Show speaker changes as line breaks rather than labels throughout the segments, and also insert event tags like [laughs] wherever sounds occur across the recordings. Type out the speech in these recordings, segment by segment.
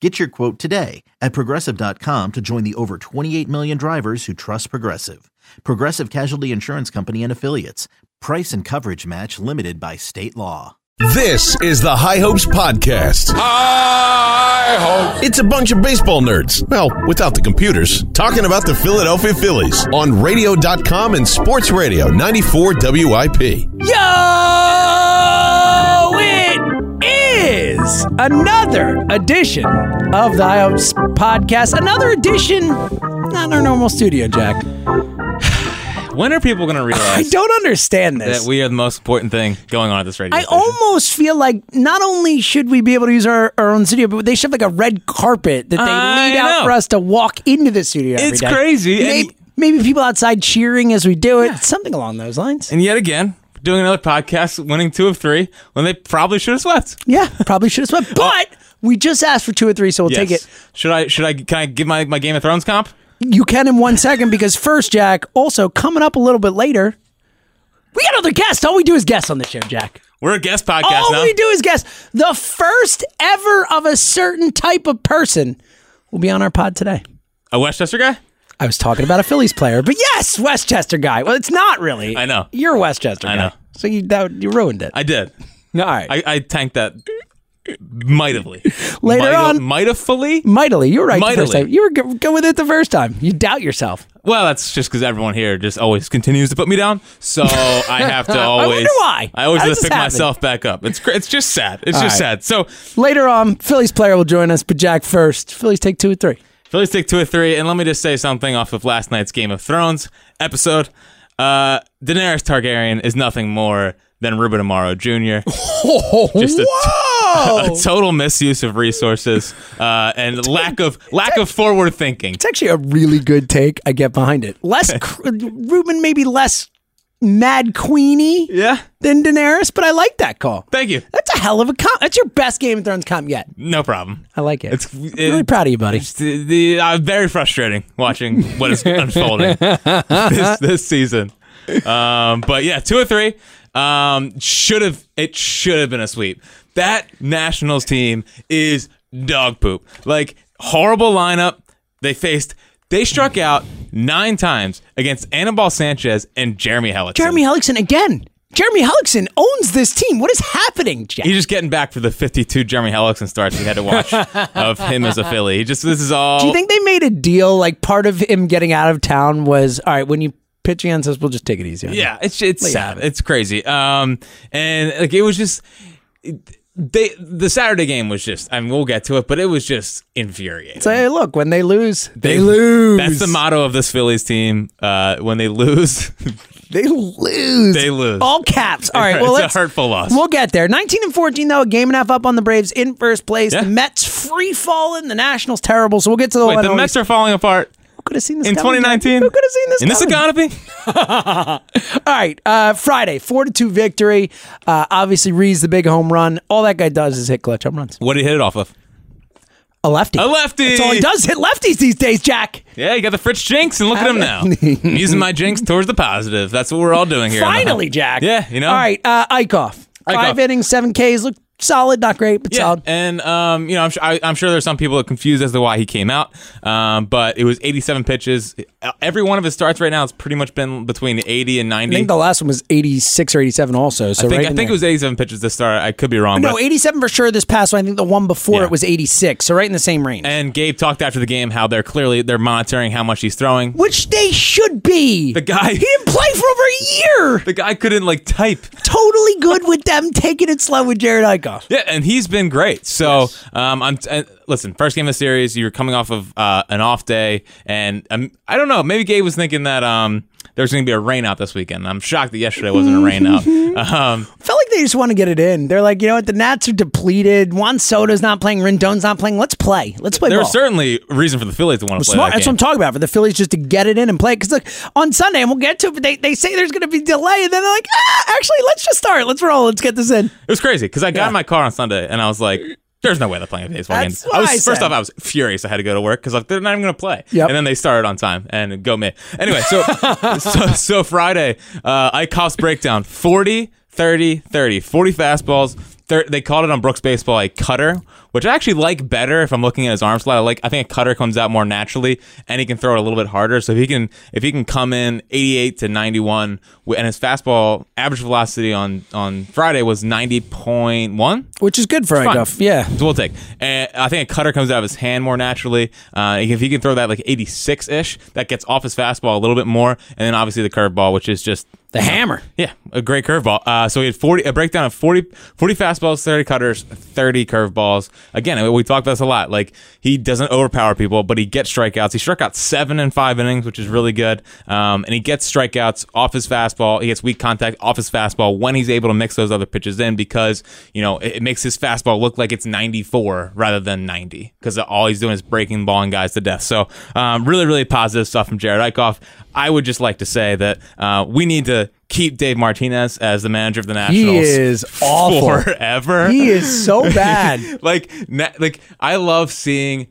Get your quote today at progressive.com to join the over 28 million drivers who trust Progressive. Progressive Casualty Insurance Company and Affiliates. Price and coverage match limited by state law.
This is the High Hopes Podcast.
Hi ho!
It's a bunch of baseball nerds, well, without the computers, talking about the Philadelphia Phillies on radio.com and sports radio 94 WIP.
Yo, it is another edition of the High Hopes podcast. Another edition, not our normal studio, Jack.
When are people going to
I [laughs]
realize
don't understand
that
this.
we are the most important thing going on at this radio
I
station?
almost feel like not only should we be able to use our, our own studio, but they should have like a red carpet that they
I
lead out
know.
for us to walk into the studio. every
It's
day.
crazy, and-
Maybe, maybe people outside cheering as we do it. Something along those lines.
and yet again, doing another podcast, winning two of three when they probably should have swept.
yeah, probably should have
Oh.
swept, but we just asked for two or three, so we'll take it.
Should I? Should I? Can I give my, my Game of Thrones comp?
You can in one second because first, Jack, also coming up a little bit later, we got other guests. All we do is guests on the show, Jack.
We're a guest podcast
All
now.
Oh, we do is guests. The first ever of a certain type of person will be on our pod today.
A Westchester guy?
I was talking about a Phillies player, but yes, Westchester guy. Well, it's not really.
I know.
You're a Westchester
I
guy.
know.
So you, that, you ruined it.
I did.
All right.
I, I tanked that mightily.
Later on-
mightily.
Mightily, you were right the first
Mightily.
time. You were good, good with it the first time. You doubt yourself.
Well, that's just because everyone here just always continues to put me down, so I
[laughs]
have to always.
wonder why.
I always
How
have
does
to
this
pick
happen?
myself back up. It's cr- it's just sad. It's just
right.
sad. So
Later on, Phillies player will join us, but Jack first. Phillies take two or three.
Phillies take two or three, and let me just say something off of last night's Game of Thrones episode. Uh, Daenerys Targaryen is nothing more than Ruben Amaro Jr. [laughs] Just a,
Whoa!
a total misuse of resources uh, and lack of lack of forward thinking.
It's actually a really good take. I get behind it.
[laughs]
Less cr- Ruben, maybe less Mad Queenie
Yeah,
than Daenerys, but I like that call.
thank you.
That's a hell of a comp. That's your best Game of Thrones comp yet.
No problem.
I like it.
It's-
I'm really
it-
proud of you, buddy.
It's the, the, uh, very frustrating watching what is unfolding this, this season. Um, but yeah, two or three um, should have it should have been a sweep. That Nationals team is dog poop. Like horrible lineup. They faced. They struck out nine times against Anibal Sanchez and Jeremy Hellickson.
Jeremy Hellickson again. Jeremy Hellickson owns this team. What is happening, Jack?
He's just getting back for the 52 Jeremy Hellickson starts we had to watch of him as a Philly. He just this is all.
Do you think they made a deal? Like part of him getting out of town was all right. When you pitch against us, we'll just take it easy. on you."
Yeah, it's it's
Like,
sad.
yeah.
It's crazy. Um, and like it was just they the Saturday game was just. I mean, we'll get to it, but it was just infuriating.
Say, hey, look, when they lose, they, lose.
That's the motto of this Phillies team. Uh, when they lose, [laughs]
They lose.
They lose.
All caps. All right. Well,
It's a
let's-
hurtful loss.
We'll get there. 19 and 14, though, a game and a half up on the Braves in first place.
Yeah.
The Mets free falling. The Nationals terrible. So we'll get to the
wait,
one. oh
the Mets are falling apart
could have seen this
in
coming, Jack?
2019.
Who could have seen this?
in this
coming? [laughs]
economy?
All right, uh, Friday, four to two victory. Uh, obviously, Reed's the big home run. All that guy does is hit clutch home runs.
What did he hit it off of?
A lefty.
A lefty.
That's all he does. Hit lefties these days, Jack.
Yeah, you got the Fritz jinx, and look at him now. I'm using my jinx towards the positive. That's what we're all
[laughs]
doing here. on the-
Finally, Jack.
Yeah, you know.
All right, uh, Eichhoff. Five
Eichhoff.
innings, seven Ks. Look solid, not great, but solid.
and um, you know, I'm, su- I, I'm sure there's some people that are confused as to why he came out. Um, but it was 87 pitches. Uh, Every one of his starts right now has pretty much been between 80 and
I
90.
think the last one was 86 or 87 also. So
I think,
right
I
in
think it
there.
was 87 pitches to start. I could be wrong.
No,
but-
87 for sure this past one. I think the one before
Yeah.
it was 86. So right in the same range.
and Gabe talked after the game how they're clearly they're monitoring how much he's throwing.
Which they should be.
The guy-
He didn't play for over a year.
The guy couldn't like type.
totally good with them taking it slow with Jared Eichhoff.
Yeah, and he's been great. So um, I'm. And, listen, first game of the series, you were coming off of uh, an off day, and um, I don't know, maybe Gabe was thinking that um, there was going to be a rain out this weekend. I'm shocked that yesterday wasn't a rain out.
[laughs]
Um,
Felt like they just want to get it in. They're like, you know what? The Nats are depleted. Juan Soto's not playing. Rendon's not playing. Let's play. Let's play
there
ball.
was certainly a reason for the Phillies to want to play
Smart.
that
That's what I'm
game.
talking about for the Phillies just to get it in and play. Because look, on Sunday, and we'll get to it, but they, they say there's going to be delay. And then they're like, ah, actually, let's just start. Let's roll. Let's get this in.
It was crazy because I got in my car on Sunday and I was like, "There's no way they're playing a baseball
That's
game."
what
was
I
first
said.
off, I was furious. I had to go to work because like they're not even going to play.
Yep.
And then they started on time and go me. Anyway, so so, so Friday, uh, I cost breakdown 40, 30, 30, 40 fastballs. Thir- they called it on Brooks Baseball a cutter, which I actually like better if I'm looking at his arm slot. I like I think a cutter comes out more naturally and he can throw it a little bit harder. So if he can if he can come in 88 to 91 wi- and his fastball average velocity on on Friday was 90.1.
Which is good for
Fine.
Duff. Yeah.
So we'll take. And I think a cutter comes out of his hand more naturally. Uh, if he can throw that like 86 ish, that gets off his fastball a little bit more. And then obviously the curveball, which is just
The hammer.
yeah, a great curveball. Uh, so we had 40, a breakdown of 40, 40 fastballs, 30 cutters, 30 curveballs. Again, we talked about this a lot. Like, he doesn't overpower people, but he gets strikeouts. He struck out seven in five innings, which is really good. Um, and he gets strikeouts off his fastball. He gets weak contact off his fastball when he's able to mix those other pitches in because, you know, it, it makes his fastball look like it's 94 rather than 90 because all he's doing is breaking balling guys to death. So, um, really, really positive stuff from Jared Eichhoff. I would just like to say that uh, we need to keep Dave Martinez as the manager of the Nationals.
is awful.
forever.
He is
[laughs]
so bad.
like, na- like I love seeing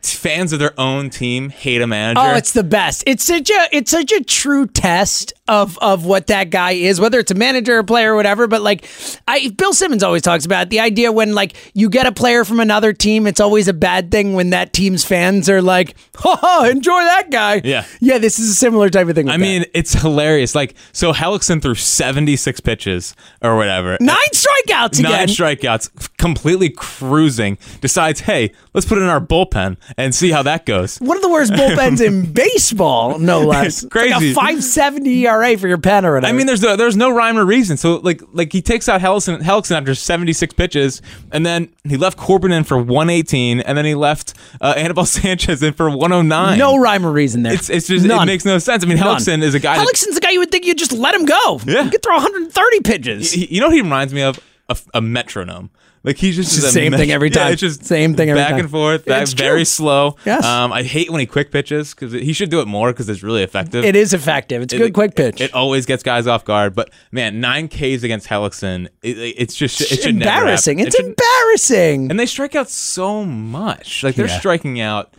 t- fans of their own team hate a manager.
Oh, it's the best. It's such a it's such a true test of of what that guy is, whether it's a manager, a player, or whatever. But like, I Bill Simmons always talks about it, the idea when like you get a player from another team, it's always a bad thing when that team's fans are like, "Ha ha, enjoy that guy."
Yeah.
yeah. This is a similar type of thing. with
I
that.
mean, it's hilarious. Like, so Hellickson threw 76 pitches or whatever.
nine strikeouts again.
Nine strikeouts, f- completely cruising. Decides, hey, let's put it in our bullpen and see how that goes.
one of the worst bullpens
[laughs]
in baseball, no less. It's like
crazy.
a five seventy ERA for your pen or whatever.
I mean, there's no, there's no rhyme or reason. So like like he takes out Hellickson, Hellickson after 76 pitches, and then he left Corbin in for 118, and then he left uh, Anibal [laughs] Sanchez in for 109.
no rhyme or reason there.
it's it's just it
None.
makes no sense. I mean,
None.
Hellickson is a guy. That,
Hellickson's the guy you would think you'd just let him go.
Yeah.
You could throw 130 pitches.
he- you know, what he reminds me of a, a metronome. Like he's just
It's the
is a
same thing every
[laughs] Yeah,
time.
it's just
Same thing every
back
time.
and forth. Back,
It's true.
very slow.
Yes.
Um, I hate when he quick pitches because he should do it more because it's really effective.
It is effective. It's a good
it-
quick pitch.
It, always gets guys off guard, but man, nine Ks against Hellickson, it, it- it's just it
it's
should never happen.
embarrassing.
It
It's
should-
embarrassing.
and they strike out so much. Like they're
Yeah.
striking out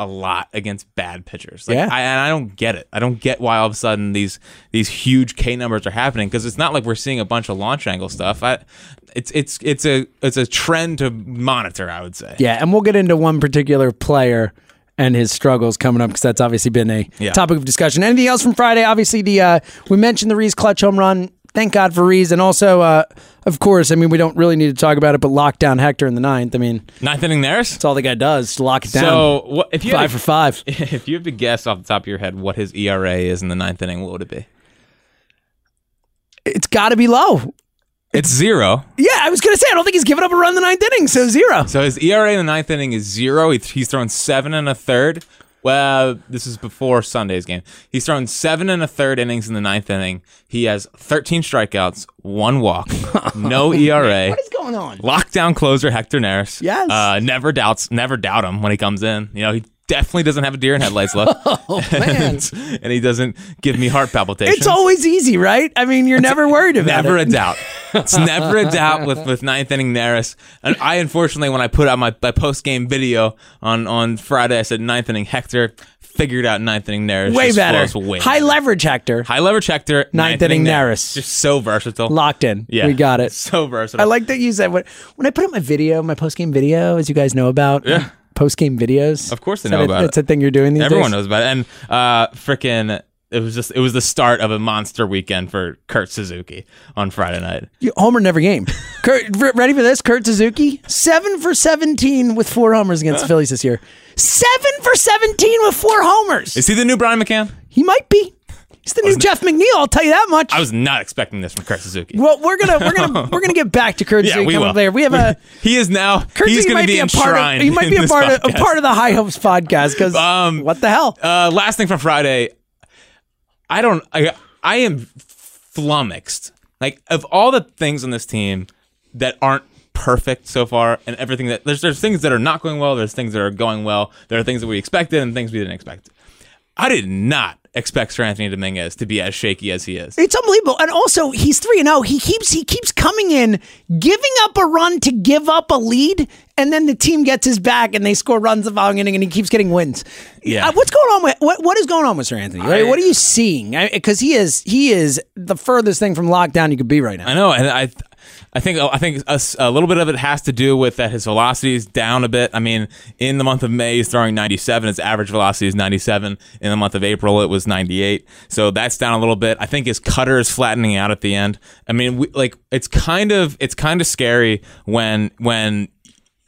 a lot against bad pitchers. Like
Yeah.
I, and I don't get it. I don't get why all of a sudden these these huge K numbers are happening because it's not like we're seeing a bunch of launch angle stuff. I, it's it's it's a it's a trend to monitor. I would say.
yeah, and we'll get into one particular player and his struggles coming up because that's obviously been a
Yeah.
topic of discussion. Anything else from Friday? Obviously, the uh, we mentioned the Reese clutch home run. Thank God for Reese, and also, uh, of course, I mean we don't really need to talk about it, but lockdown Hector in the ninth. I mean,
Ninth inning theirs.
that's all the guy does to lock it down.
So what if you had
five
to-
for five.
[laughs] If you have to guess off the top of your head what his ERA is in the ninth inning, what would it be?
It's got to be low.
It's zero.
Yeah, I was gonna say I don't think he's given up a run the ninth inning, so zero.
So his ERA in the ninth inning is zero. He- He's thrown seven and a third. Well, this is before Sunday's game. He's thrown seven and a third innings in the ninth inning. He has 13 strikeouts,
[laughs]
one walk, no ERA.
What is going on?
Lockdown closer Hector Neris.
Yes.
Uh, never doubts. Never doubt him when he comes in. You know he definitely doesn't have a deer in
[laughs]
headlights left. oh
man.
[laughs] and he doesn't give me heart
[laughs]
palpitations.
It's always easy, right? I mean, you're never worried about
Never
it.
a doubt. It's never a doubt with, with ninth inning Naris. And I unfortunately, when I put out my, my post game video on, on Friday, I said ninth inning Hector. Figured out ninth inning Naris.
way
just
better.
flows Way
High
better.
leverage, Hector.
High leverage Hector.
Ninth inning Neris.
Just so versatile.
Locked in.
yeah,
we got it.
So versatile.
I like that you said what when I put up my video, my post game video, as you guys know about.
Yeah.
Post game videos.
Of course they
Is that
know
a-
about it.
That's a thing you're doing these
Everyone
days.
knows about it. And uh, freaking, it was just it was the start of a monster weekend for Kurt Suzuki on Friday night.
You- Homer never
[laughs]
game. Kurt, re- ready for this? Kurt Suzuki seven for seventeen with four homers against the Phillies this year. Seven for seventeen with four homers.
Is he the new Brian McCann?
he might be. He's the new Jeff McNeil. I'll tell you that much.
I was not expecting this from Kurt Suzuki.
well, we're gonna we're
[laughs]
gonna we're gonna get back to Kurt
yeah,
Suzuki
we
coming
will.
up later. We have
[laughs]
a
he
[laughs]
is now.
Kurt
he's
Suzuki
going
might
to be
a part
enshrined.
of he might be
in
a
this
part of a
podcast.
part of the High Hopes podcast because
Um,
what the hell?
Uh, last thing from Friday, I don't. I I am flummoxed. Like of all the things on this team that aren't perfect so far, and everything that there's there's things that are not going well. There's things that are going well. There are things that we expected and things we didn't expect. I did not expect Sir Anthony Dominguez to be as shaky as he is.
It's unbelievable. And also, he's 3 and 0. He keeps he keeps coming in, giving up a run to give up a lead, and then the team gets his back and they score runs the following inning and he keeps getting wins.
Yeah.
Uh, what's going on with what what is going on with Sir Anthony? Like, what are you seeing? Cuz he is he is the furthest thing from lockdown you could be right now.
I know, and I, I think I think a, s- a little bit of it has to do with that his velocity is down a bit. I mean, in the month of May, he's throwing 97. His average velocity is 97. In the month of April, it was 98. So that's down a little bit. I think his cutter is flattening out at the end. I mean, we, like it's kind of it's kind of scary when when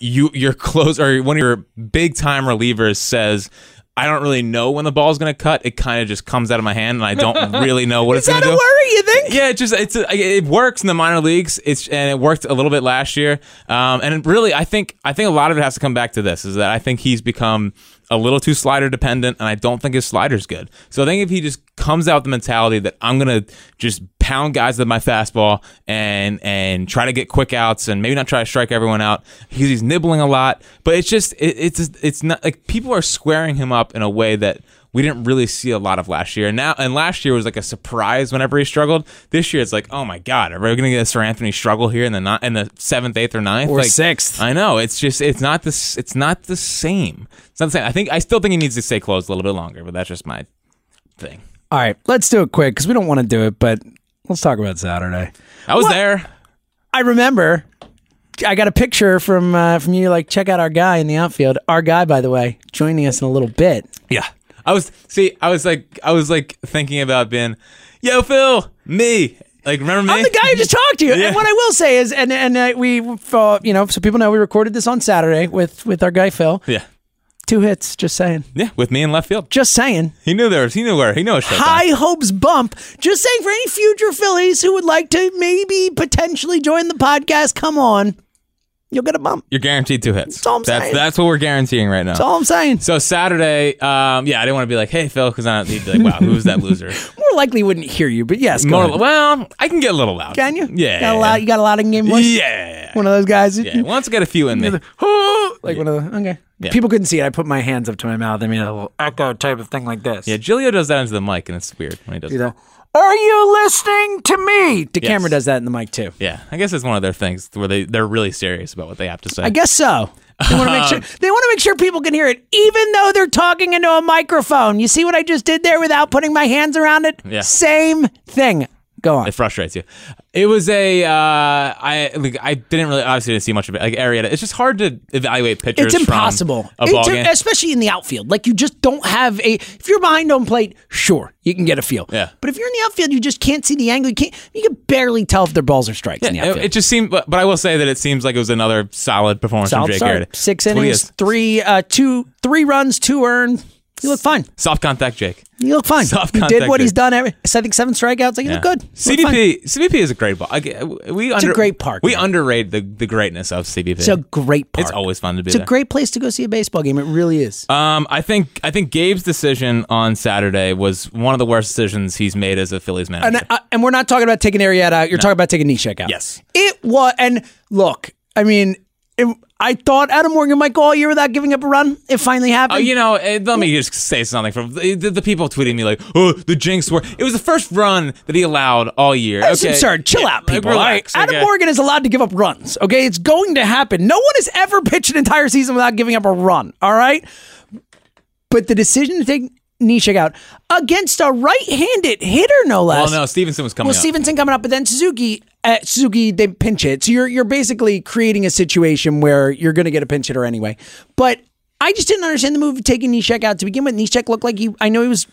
you your close or one of your big time relievers says. I don't really know when the ball's going to cut. It kind of just comes out of my hand, and I don't
[laughs]
really know what
Is
it's going
that
to
a
do.
worry, you think?
Yeah, it just it's uh, it works in the minor leagues. It's and it worked a little bit last year. Um, and it really, I think I think a lot of it has to come back to this is that I think he's become a little too slider dependent, and I don't think his slider's good. So I think if he just comes out with the mentality that I'm gonna just pound guys with my fastball and and try to get quick outs and maybe not try to strike everyone out because he's nibbling a lot. But it's just it, it's just- it's not like people are squaring him up in a way that we didn't really see a lot of last year. And now and last year was like a surprise whenever he struggled. This year it's like, oh my god, are we gonna get a Sir Anthony struggle here in the ni- in the seventh, eighth, or ninth?
Or
Like,
sixth.
I know. It's just it's not this it's not the same. It's not the same. I think I still think he needs to stay closed a little bit longer, but that's just my thing.
All right, let's do it quick cuz we don't want to do it, but let's talk about Saturday.
I was there.
I remember I got a picture from uh, from you like check out our guy in the outfield. Our guy by the way, joining us in a little bit.
Yeah. I was see, I was like I was like thinking about being, yo, Phil, me. Like remember me?
I'm the guy who just talked to you.
Yeah.
And what I will say is, and and uh, we, uh, you know, so people know we recorded this on Saturday with with our guy Phil.
Yeah.
Two hits, just saying,
Yeah, with me in left field.
just saying.
He knew there was he knew where he knew a showtime.
High hopes bump. Just saying for any future Phillies who would like to maybe potentially join the podcast, come on, you'll get a bump.
You're guaranteed two hits.
That's all I'm
that's,
saying.
that's what we're guaranteeing right now.
That's all I'm saying.
so Saturday, um, yeah, I didn't want to be like, "Hey, Phil," because he'd be like, "Wow, who's that
[laughs]
loser?"
More likely wouldn't hear you, but yes, go
More,
ahead.
well, I can get a little loud.
can you?
Yeah.
got a lot. You got a lot in game voice.
yeah.
one of those guys.
Yeah. Once I get a few
[laughs]
in me.
Like one of the okay.
Yeah.
People couldn't see it. I put my hands up to my mouth. I mean, a little echo type of thing like this.
Yeah, Gilio does that into the mic, and it's weird when he does.
You
That.
know, Are you listening to me? The camera does that in the mic too.
Yeah, I guess it's one of their things where they they're really serious about what they have to say.
I guess so. They want to make sure they want to make sure people can hear it, even though they're talking into a microphone. You see what I just did there without putting my hands around it?
Yeah.
Same thing. Go on.
it frustrates you. It was a uh, I like, I didn't really obviously didn't see much of it. Like Arietta, it's just hard to evaluate pictures.
It's impossible,
From a
It's-
ball game.
especially in the outfield. Like you just don't have a. If you're behind home plate, sure you can get a feel.
Yeah.
But if you're in the outfield, you just can't see the angle. You can't. You can barely tell if their balls are strikes in the
It,
outfield.
it just seemed, but, but I will say that it seems like it was another solid performance
Solid
from Jake
start.
Garrett.
Six
That's what he
innings,
is.
three, uh, two, three runs, two earned. You look fine.
soft contact, Jake.
You look fine.
Soft
you did
contact,
what he's
dude.
done. Every, I think seven strikeouts. Like you look
Yeah.
good. You look fine.
CBP, CBP is a great ball. I, get- we it's
a great park,
We
man.
underrate the, the greatness of CBP.
It's a great park.
It's always fun to be
It's
there.
a great place to go see a baseball game. It really is.
Um, I think I think Gabe's decision on Saturday was one of the worst decisions he's made as a Phillies manager.
and uh, and we're not talking about taking Arietta out. You're talking about taking Nishek out.
Yes.
It was. And look, I mean, it, I thought Adam Morgan might go all year without giving up a run. It finally happened.
Oh, you know, eh, let me just say something from the, the people tweeting me like, "Oh, the jinx were." It was the first run that he allowed all year.
That's
okay.
absurd. Chill
Yeah,
out, people.
Like,
all
relax,
right? Adam
okay?
Morgan is allowed to give up runs. Okay, it's going to happen. No one has ever [laughs] pitched an entire season without giving up a run. All right, but the decision to take Nishik out against a right-handed hitter, no less.
Well, Oh, no, Stevenson was coming.
Well,
up.
Stevenson coming up, but then Suzuki, uh, Suzuki, they pinch it. So you're you're basically creating a situation where you're going to get a pinch hitter anyway. But I just didn't understand the move of taking Nishek out to begin with. Nishek looked like he. I know he was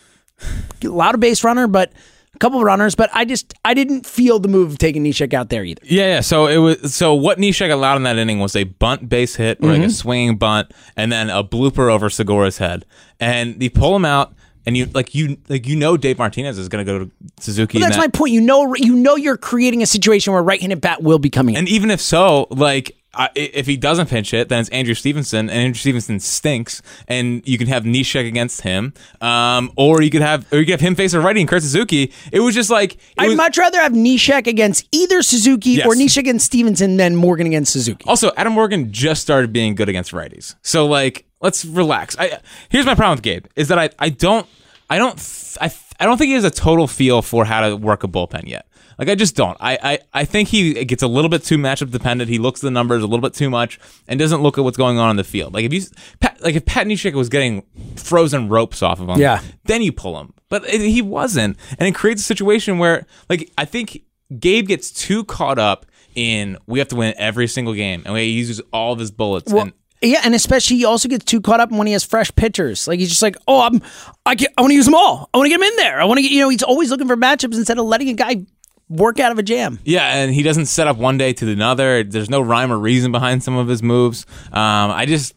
a lot of base runner, but a couple of runners, but I just I didn't feel the move of taking Nishek out there either.
Yeah, yeah. So it was. So what Nishek allowed in that inning was a bunt base
Mm-hmm.
hit, or like a swinging bunt, and then a blooper over Segura's head, and they pull him out. and you like you like you know Dave Martinez is going to go to Suzuki.
But
in
that's
that-
my point. You know, you know, you're creating a situation where a right-handed bat will be coming. in.
And even if so, like I, i- if he doesn't pinch it, then it's Andrew Stevenson, and Andrew Stevenson stinks, and you can have Nishek against him, um, or you could have or you could have him face a righty and Kurt Suzuki. It was just like it
I'd
was-
much rather have Nishek against either Suzuki
Yes.
or Nishek against Stevenson than Morgan against Suzuki.
Also, Adam Morgan just started being good against righties. So like, let's relax. I here's my problem with Gabe is that I I don't I don't th- I th- I don't think he has a total feel for how to work a bullpen yet. Like I just don't. I, I I think he gets a little bit too matchup dependent. He looks at the numbers a little bit too much and doesn't look at what's going on in the field. Like if you s- Pat, like if Pat Neshek was getting frozen ropes off of him,
Yeah.
then you pull him. But it, he wasn't, and it creates a situation where, like, I think Gabe gets too caught up in we have to win every single game, and he uses all of his bullets.
Well,
and
yeah, and especially he also gets too caught up when he has fresh pitchers. Like he's just like, oh, I'm, I can, I want to use them all. I want to get him in there. I want to get, you know, he's always looking for matchups instead of letting a guy work out of a jam.
yeah, and he doesn't set up one day to another. There's no rhyme or reason behind some of his moves. Um, I just.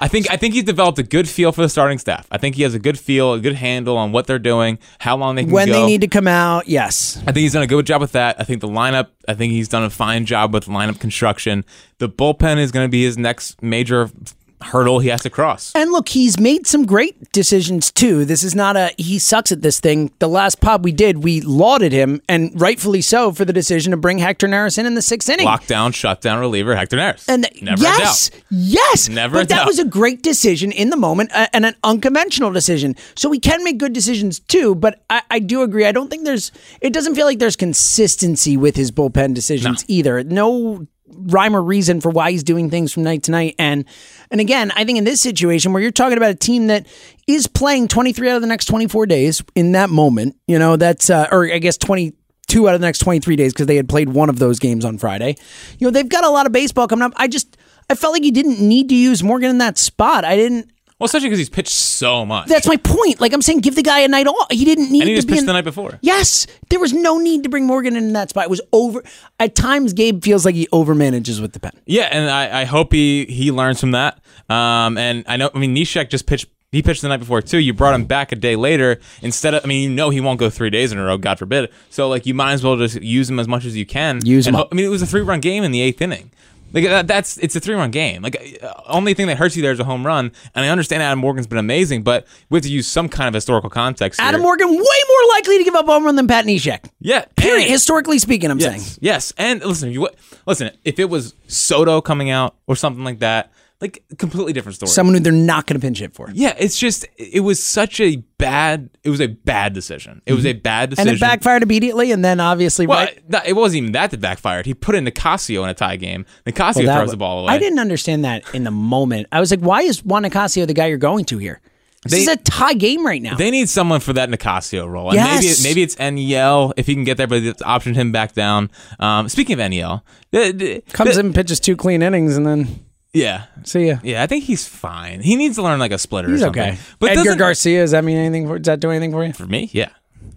I think I think he's developed a good feel for the starting staff. I think he has a good feel, a good handle on what they're doing, how long they can
When
go.
they need to come out, yes.
I think he's done a good job with that. I think the lineup, I think he's done a fine job with lineup construction. The bullpen is going to be his next major hurdle he has to cross.
And look, he's made some great decisions too. This is not a he sucks at this thing. The last pod we did, we lauded him, and rightfully so, for the decision to bring Hector Neris in in the sixth inning.
Lockdown, shutdown, reliever, Hector Neris.
And
Never a
yes,
doubt.
yes,
Never a
But that
doubt.
was a great decision in the moment a- and an unconventional decision. So we can make good decisions too. But I, I do agree. I don't think there's. It doesn't feel like there's consistency with his bullpen decisions either. No rhyme or reason for why he's doing things from night to night. And and again, I think in this situation where you're talking about a team that is playing 23 out of the next 24 days in that moment, you know that's uh, or I guess 20 two out of the next 23 days because they had played one of those games on Friday. You know, they've got a lot of baseball coming up. I just, I felt like you didn't need to use Morgan in that spot. I didn't,
well, especially because he's pitched so much.
that's my point. Like I'm saying, give the guy a night off. He didn't need
and he
to
just
be
pitched
in,
the night before.
Yes, there was no need to bring Morgan in that spot. It was over. At times, Gabe feels like he overmanages with the pen.
Yeah, and I, I hope he he learns from that. Um, and I know, I mean, Nishek just pitched. He pitched the night before too. You brought him back a day later instead of. I mean, you know he won't go three days in a row. God forbid. So like, you might as well just use him as much as you can.
Use him
And ho-
up.
I mean, it was a three-run game in the eighth inning. Like that, that's it's a three-run game. Like uh, only thing that hurts you there is a home run. And I understand Adam Morgan's been amazing, but we have to use some kind of historical context.
Adam
here.
Morgan way more likely to give up a home run than Pat Neshek.
yeah,
Period.
and-
Historically speaking, I'm saying.
Yes, yes. And listen, you listen. If it was Soto coming out or something like that, like completely different story.
Someone who they're not going to pinch it for.
yeah, it's just it was such a bad. It was a bad decision. It was a bad
Mm-hmm. And
decision.
it backfired immediately, and then obviously,
Well,
right?
it- no, it wasn't even that that backfired. He put in Nicasio in a tie game. Nicasio
Well, that
throws
wa-
the ball away.
I didn't understand that in the moment. I was like, why is Juan Nicasio the guy you're going to here? This
They-
is a tie game right now.
They need someone for that Nicasio role. And
Yes.
Maybe maybe it's Niel if he can get there, but it's optioned him back down. Um, speaking of Niel, the- the-
Comes
the-
in, pitches two clean innings, and then
yeah.
see ya.
Yeah, I think he's fine. He needs to learn like a splitter
He's
or something.
okay.
But
Edgar
doesn't-
Garcia, does that mean anything? For, does that do anything for you? Of
For me, yeah,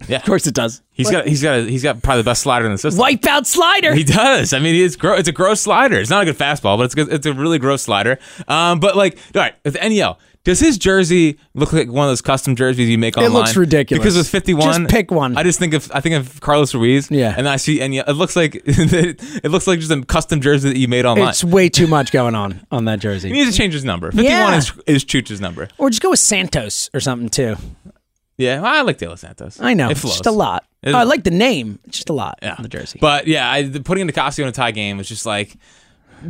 yeah. Of
course it does.
he's got he's got he's got probably the best slider in the system.
Wipeout slider.
He does. I mean, it's gro- it's a gross slider. It's not a good fastball, but it's a, it's a really gross slider. Um, but like, all right, with NEL, does his jersey look like one of those custom jerseys you make
looks
online?
ridiculous.
Because with fifty one,
Just pick one.
I just think of I think of Carlos Ruiz.
Yeah.
and I see NEL. It looks like [laughs] it looks like just a custom jersey that you made online.
It's way too much going on on that
he
jersey.
needs to change his number. Fifty one
Yeah.
is is Chuch's number.
Or just go with Santos or something too.
Yeah, I like De Los Santos.
I know.
it
It's
flows.
just a lot.
It-
Oh, I like the name. It's just a lot
Yeah.
on the jersey.
But yeah, I, the, putting Nicasio in a tie game is just like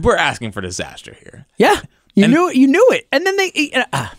we're asking for disaster here.
yeah. You knew it. You knew it. And then they. Uh, ah.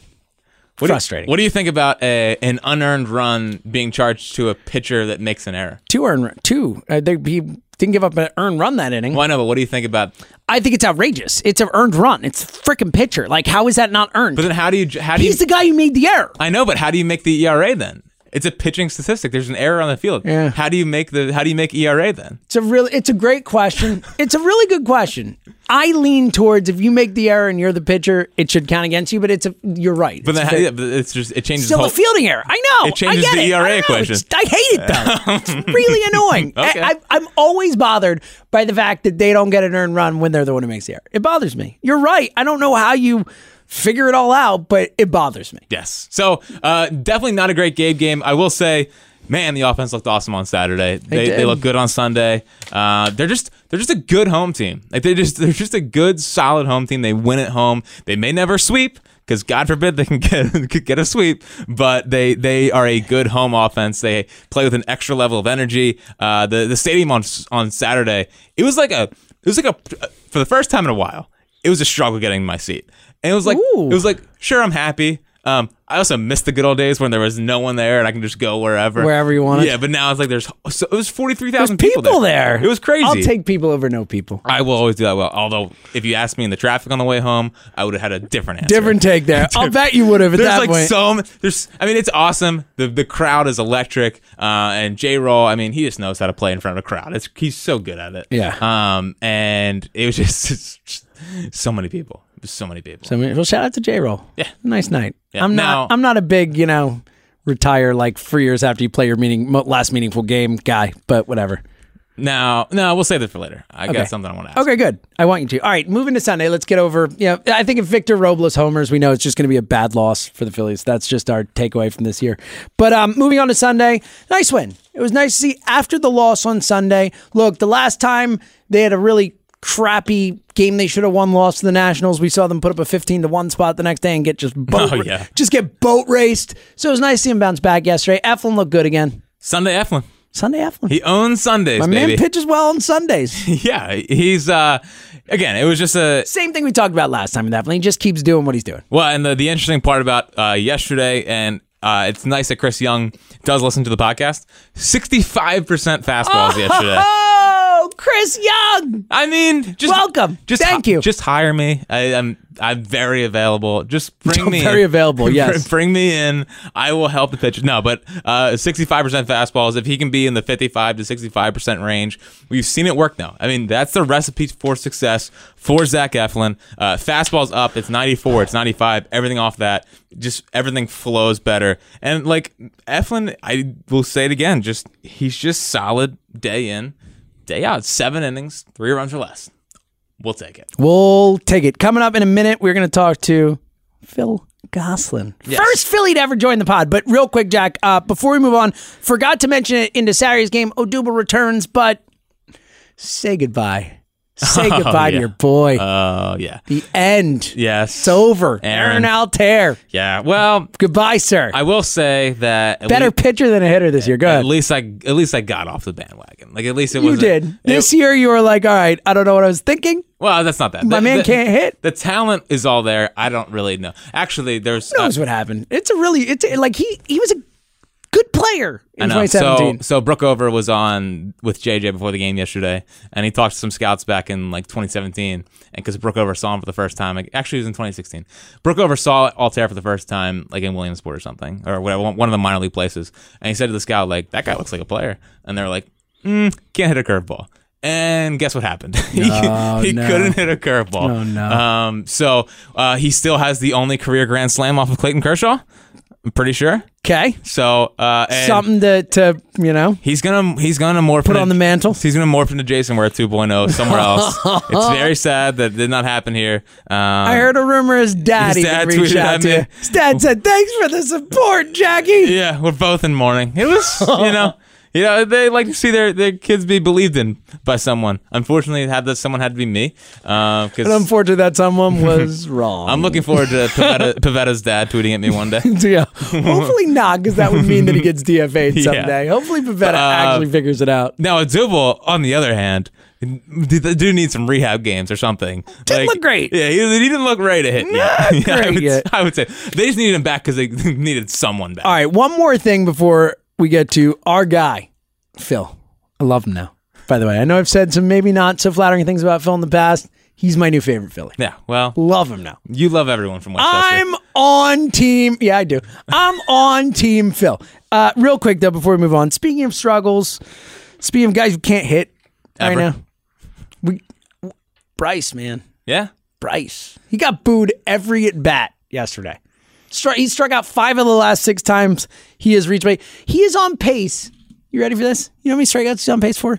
What
Frustrating.
Do you, what do you think about a, an unearned run being charged to a pitcher that makes an error?
two earned run. Two. Uh, they, he didn't give up an earned run that inning.
Well, I know, but what do you think about?
I think it's outrageous. It's an earned run. It's a freaking pitcher. Like, how is that not earned?
But then how do you how do you?
He's the guy who made the error.
I know, but how do you make the ERA then? It's a pitching statistic. There's an error on the field.
Yeah.
How do you make the How do you make ERA then?
It's a really, it's a great
[laughs]
question. it's a really good question. I lean towards if you make the error and you're the pitcher, it should count against you. But it's a, you're right.
But
it's
then
fair.
yeah, but it's just it changes.
still
the whole,
a fielding error. I know.
It changes
I get
the E
it.
ERA
I know.
equation.
It's- I hate it
[laughs]
though. it's really annoying.
Okay.
I, I, I'm always bothered by the fact that they don't get an earned run when they're the one who makes the error. It bothers me. You're right. I don't know how you figure it all out, but it bothers me.
Yes. So uh, definitely not a great Gabe game. I will say, man, the offense looked awesome on Saturday. They,
did.
they looked good on Sunday. Uh, they're just they're just a good home team. Like they just [laughs] they're just a good solid home team. They win at home. They may never sweep because God forbid they can [laughs] get could get a sweep, but they they are a good home offense. They play with an extra level of energy. Uh, the the stadium on on Saturday it was like a it was like a for the first time in a while it was a struggle getting in my seat. And it was like
Ooh.
it was like sure I'm happy. Um, I also missed the good old days when there was no one there and I can just go wherever
Wherever you wanted.
Yeah, but now it's like there's so it was forty three
There's
thousand
people,
people,
there.
It was crazy.
I'll take people over no people.
[laughs] I will always do that well. Although if you asked me in the traffic on the way home, I would have had a different answer.
Different take there. I'll bet you would have at
There's
that
like
point.
so m- there's I mean it's awesome. The the crowd is electric. Uh, and J Roll, I mean, he just knows how to play in front of a crowd. It's he's so good at it.
Yeah.
Um and it was [laughs] just, it's just so many people. It was so many people.
So I mean, well, shout out to J Roll. Yeah, nice night.
Yeah.
I'm
Now-
not. I'm not a big, you know, retire like three years after you play your meaning mo- last meaningful game guy. But whatever.
No, no, we'll save that for later. I
Okay.
got something I want to ask.
Okay, good. I want you to. All right, moving to Sunday. Let's get over. Yeah, I think if Victor Robles homers, we know it's just going to be a bad loss for the Phillies. That's just our takeaway from this year. But um, moving on to Sunday, nice win. It was nice to see after the loss on Sunday. Look, the last time they had a really crappy game they should have won lost to the Nationals. We saw them put up a 15 to 1 spot the next day and get just boat
[laughs] Oh, yeah.
just get boat raced. So it was nice to see him bounce back yesterday. Eflin looked good again.
Sunday Eflin.
Sunday Eflin.
He owns Sundays,
My
baby.
man pitches well on Sundays.
[laughs] yeah, he's uh again, it was just a
Same thing we talked about last time with Eflin. He just keeps doing what he's doing.
well, and the the interesting part about uh yesterday and uh, it's nice that Chris Young does listen to the podcast.
[laughs]
65% fastballs yesterday.
Oh, Chris Young.
I mean, just
Welcome.
Just
Thank you.
Just hire me. I, am I'm very available. Just bring me
Very
in.
available,
[laughs] Br-
yes.
bring me in. I will help the pitcher. No, but uh, 65% fastballs. If he can be in the 55 to 65% range, we've seen it work now. I mean, that's the recipe for success for Zach Eflin. Uh, fastballs up. It's 94. It's 95. Everything off that. Just everything flows better. And like Eflin, I will say it again. Just he's just solid day in. Day out, seven innings, three runs or less. We'll take it.
We'll take it. Coming up in a minute, we're going to talk to Phil Goslin. First Philly to ever join the pod. But real quick, Jack, uh, before we move on, forgot to mention it into Saturday's game. Odubel returns, but say goodbye.
[laughs]
Say goodbye to
yeah.
your boy.
Oh yeah.
the end.
Yes.
It's over. Aaron,
Aaron.
Altair.
yeah. Well,
Goodbye, sir.
I will say that at
Better
lea-
pitcher than a hitter this year. Go ahead.
at least I at least I got off the bandwagon. Like at least it
You
was
did. this year, you were like, all right, I don't know what I was thinking.
well, that's not that.
My
The-
man
the-
can't hit.
The talent is all there. I don't really know. Actually, there's uh,
knows what happened. It's a really it's a, like he he was a good player in
I know.
2017.
So, so Brookover was on with JJ before the game yesterday, and he talked to some scouts back in like 2017. And because Brookover saw him for the first time, like, actually it was in 2016. Brookover saw Altair for the first time, like in Williamsport or something, or whatever, one one of the minor league places. And he said to the scout, like, "That guy looks like a player," and they're like, mm, "Can't hit a curveball." And guess what happened? [laughs] he he
no.
couldn't hit a curveball.
Oh, no.
Um, so uh, he still has the only career grand slam off of Clayton Kershaw. I'm pretty sure.
okay,
So uh, and-
something to to you know
He's gonna he's gonna morph
put
into-
on the mantle.
He's gonna morph into Jason Ware 2.0
[laughs]
somewhere else. it's very sad that it did not happen here. Um,
I heard a rumor his daddy
His dad
reached
tweeted
out
at
to
me.
you. His dad said, "Thanks for the support, Jackie."
Yeah, we're both in mourning. It was
[laughs]
you know. You know, they like to see their, their kids be believed in by someone. Unfortunately, it had that someone had to be me. Um,
And unfortunately, that
[laughs]
someone was wrong.
I'm looking forward to Pavetta, Pavetta's dad tweeting at me one day.
[laughs]
[laughs]
yeah. Hopefully not, because that would mean that he gets DFA'd someday. Hopefully, Pavetta
uh,
actually figures it out.
Now, Odubel, on the other hand, did do need some rehab games or something. Didn't
look great.
Yeah, he, he didn't look ready to hit. yet. [laughs] yeah, I,
great
would,
yet.
I would say they just needed him back because they [laughs] needed someone back.
All right, one more thing before we get to our guy, Phil. I love him now. By the way, I know I've said some maybe not so flattering things about Phil in the past. He's my new favorite Philly.
Yeah, well,
Love him now.
you love everyone from Westchester.
I'm on team. Yeah, I do. I'm on team Phil. Uh, real quick though, before we move on. Speaking of struggles, speaking of guys who can't hit
Ever.
right now, we Bryce man,
yeah,
Bryce. He got booed every at bat yesterday. Struck, he struck out five of the last six times he has reached. by- He is on pace. You ready for this? You know how many strikeouts he's on pace for?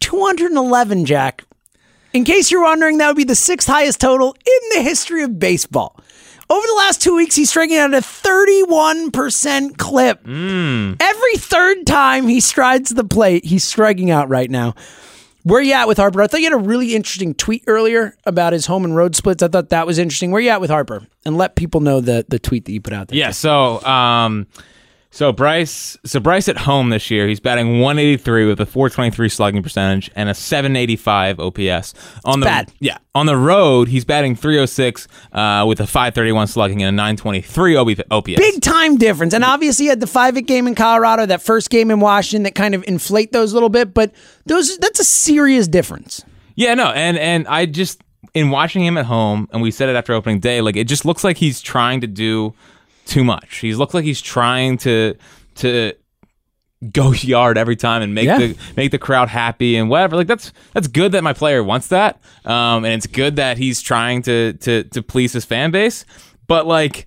211, Jack. In case you're wondering, that would be the sixth highest total in the history of baseball. Over the last two weeks, he's striking out at a 31% clip. Every third time he strides the plate, he's striking out right now. Where you at with Harper? I thought you had a really interesting tweet earlier about his home and road splits. I thought that was interesting. Where you at with Harper? And let people know the the tweet that you put out there.
Yeah. So, um, so Bryce, so Bryce at home this year, he's batting 183 with a 423 slugging percentage and a 785 OPS. On the
bad.
yeah, on the road, he's batting 306 uh, with a 531 slugging and a 923 OB, OPS.
Big time difference. And obviously, you had the five hit game in Colorado, that first game in Washington, that kind of inflate those a little bit. But those that's a serious difference.
Yeah, no, and and I just in watching him at home, and we said it after opening day, like it just looks like he's trying to do too much. He's looks like he's trying to to go [laughs] yard every time and make
Yeah.
the make the crowd happy and whatever. Like that's that's good that my player wants that, um, and it's good that he's trying to to to please his fan base. But like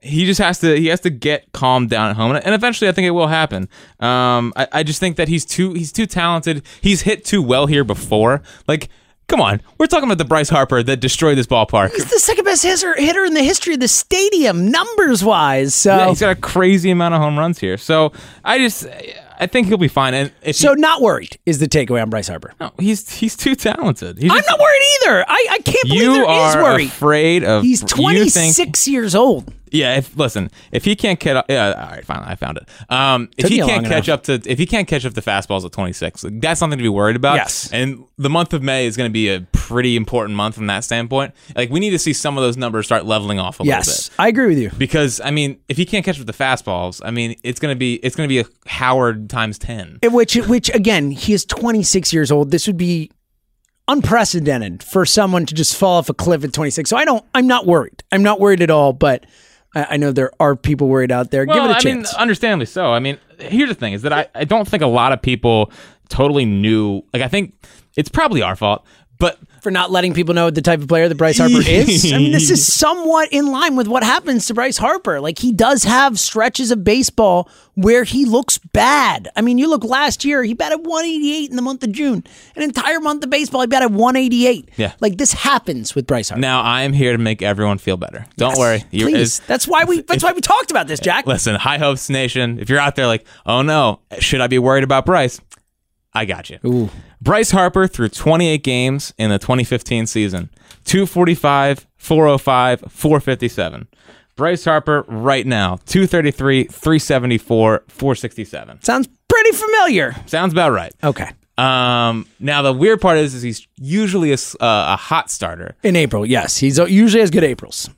he just has to he has to get calmed down at home, and and eventually I think it will happen. Um, I, I just think that he's too he's too talented. He's hit too well here before. Like, come on, we're talking about the Bryce Harper that destroyed this ballpark.
He's the second best hitter, hitter in the history of the stadium, numbers wise. So,
Yeah, he's got a crazy amount of home runs here. So I just I think he'll be fine. And if
so not worried is the takeaway on Bryce Harper.
he, no, he's he's too talented. He's
I'm
just-
not worried either. I, I can't believe
You
there is
are
worry.
afraid of
He's
you think-
26 years old.
Yeah, if listen, if he can't catch up, yeah, all right, fine, I found it. Um, if
Took
he
you
can't
long
catch up to, if he can't catch up to fastballs at 26, like, that's something to be worried about.
Yes.
and the month of May is going to be a pretty important month from that standpoint. Like we need to see some of those numbers start leveling off a
Yes,
little bit.
I agree with you.
Because I mean, if he can't catch up to fastballs, I mean, it's gonna be it's gonna be a Howard times ten.
In Which, which again, he is 26 years old. This would be unprecedented for someone to just fall off a cliff at 26. So I don't, I'm not worried. I'm not worried at all. But I, I know there are people worried out there. Give
Well,
it
I
a chance.
mean, understandably so. I mean, here's the thing: is that I, I don't think a lot of people totally knew. Like, I think it's probably our fault, but
for not letting people know the type of player that Bryce
[laughs]
Harper is. I mean, this is somewhat in line with what happens to Bryce Harper. Like he does have stretches of baseball where he looks bad. I mean, you look last year, he batted 188 in the month of June. An entire month of baseball, he batted 188.
Yeah.
Like this happens with Bryce Harper.
Now I am here to make everyone feel better. Don't worry. You're-
Please.
it's-
That's why we that's why we talked about this, Jack.
listen, high hopes nation. If you're out there like, oh no, should I be worried about Bryce? I got you. Bryce Harper threw 28 games in the 2015 season 245, 405, 457. Bryce Harper right now 233, 374, 467.
Sounds pretty familiar.
Sounds about right.
Okay.
Um, now the weird part is, is he's usually a, s- uh, a hot starter.
In April, yes. He's uh, usually has good Aprils.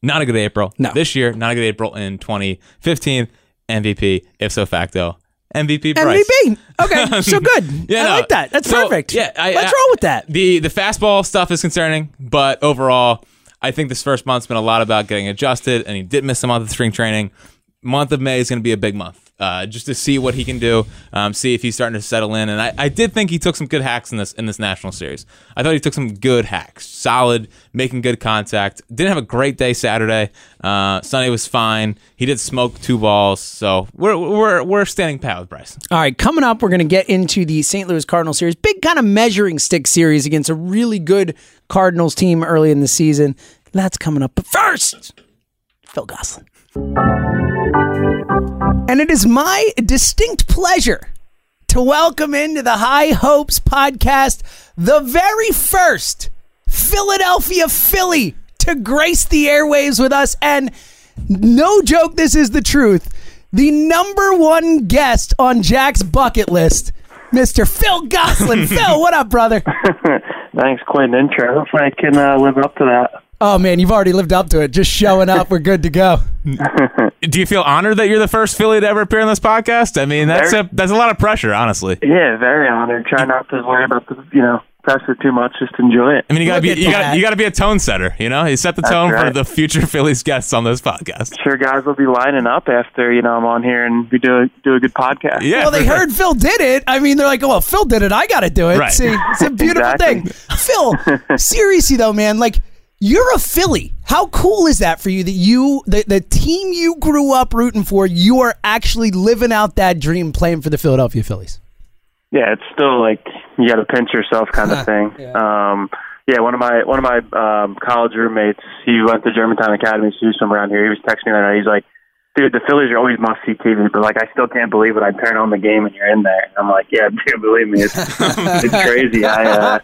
Not a good April.
No.
This year, not a good April in 2015. MVP, ipso facto. MVP Bryce.
MVP. Okay. [laughs]
[laughs]
So good.
Yeah,
I
no.
like that. That's
So,
perfect.
Yeah, I,
Let's
I-
roll with that.
The the fastball stuff is concerning, but overall, I think this first month's been a lot about getting adjusted, and he did miss a month of spring training. Month of May is going to be a big month, uh, just to see what he can do, um, see if he's starting to settle in. And I, I did think he took some good hacks in this in this national series. I thought he took some good hacks, solid, making good contact. Didn't have a great day Saturday. Uh, Sunday was fine. He did smoke two balls, so we're we're we're standing pat with Bryce.
All right, coming up, we're going to get into the St. Louis Cardinals series, big kind of measuring stick series against a really good Cardinals team early in the season. That's coming up. But first, Phil Gosselin. And it is my distinct pleasure to welcome into the High Hopes podcast the very first Philadelphia Philly to grace the airwaves with us. And no joke, this is the truth. The number one guest on Jack's bucket list, Mr. Phil
[laughs]
Goslin. Phil, what up, brother?
Thanks, Quinn. Intro. Hopefully, I can uh, live up to that.
Oh, man, you've already lived up to it. Just showing up, we're good to go.
do you feel honored that you're the first Philly to ever appear on this podcast? I mean, that's
Very-
a that's a lot of pressure, honestly.
Yeah, very honored. Try not to worry about the you know pressure too much. Just enjoy it.
I mean, you gotta
Look
be
at
you
that.
gotta, you gotta be a tone setter. You know, you set the tone for
right.
the future Phillies guests on this podcast.
sure, guys will be lining up after you know I'm on here and we do a, do a good
[laughs]
podcast.
Yeah.
Well, they
for sure.
heard Phil did it. I mean, they're like, oh, well, Phil did it. I got to do it.
Right.
See, it's a beautiful
Exactly.
thing. Phil, seriously, though, man, like, you're a Philly. How cool is that for you that you, the, the team you grew up rooting for, you are actually living out that dream playing for the Philadelphia Phillies?
yeah. It's still like you got to pinch yourself kind of thing. Um, Yeah, one of my one of my um, college roommates, he went to Germantown Academy, so he's from around here. He was texting me that night. He's like, "Dude, the Phillies are always must see TV, but like I still can't believe it. I turn on the game and you're in there." And I'm like, "Yeah, [laughs] dude, believe me, it's, it's crazy. I uh,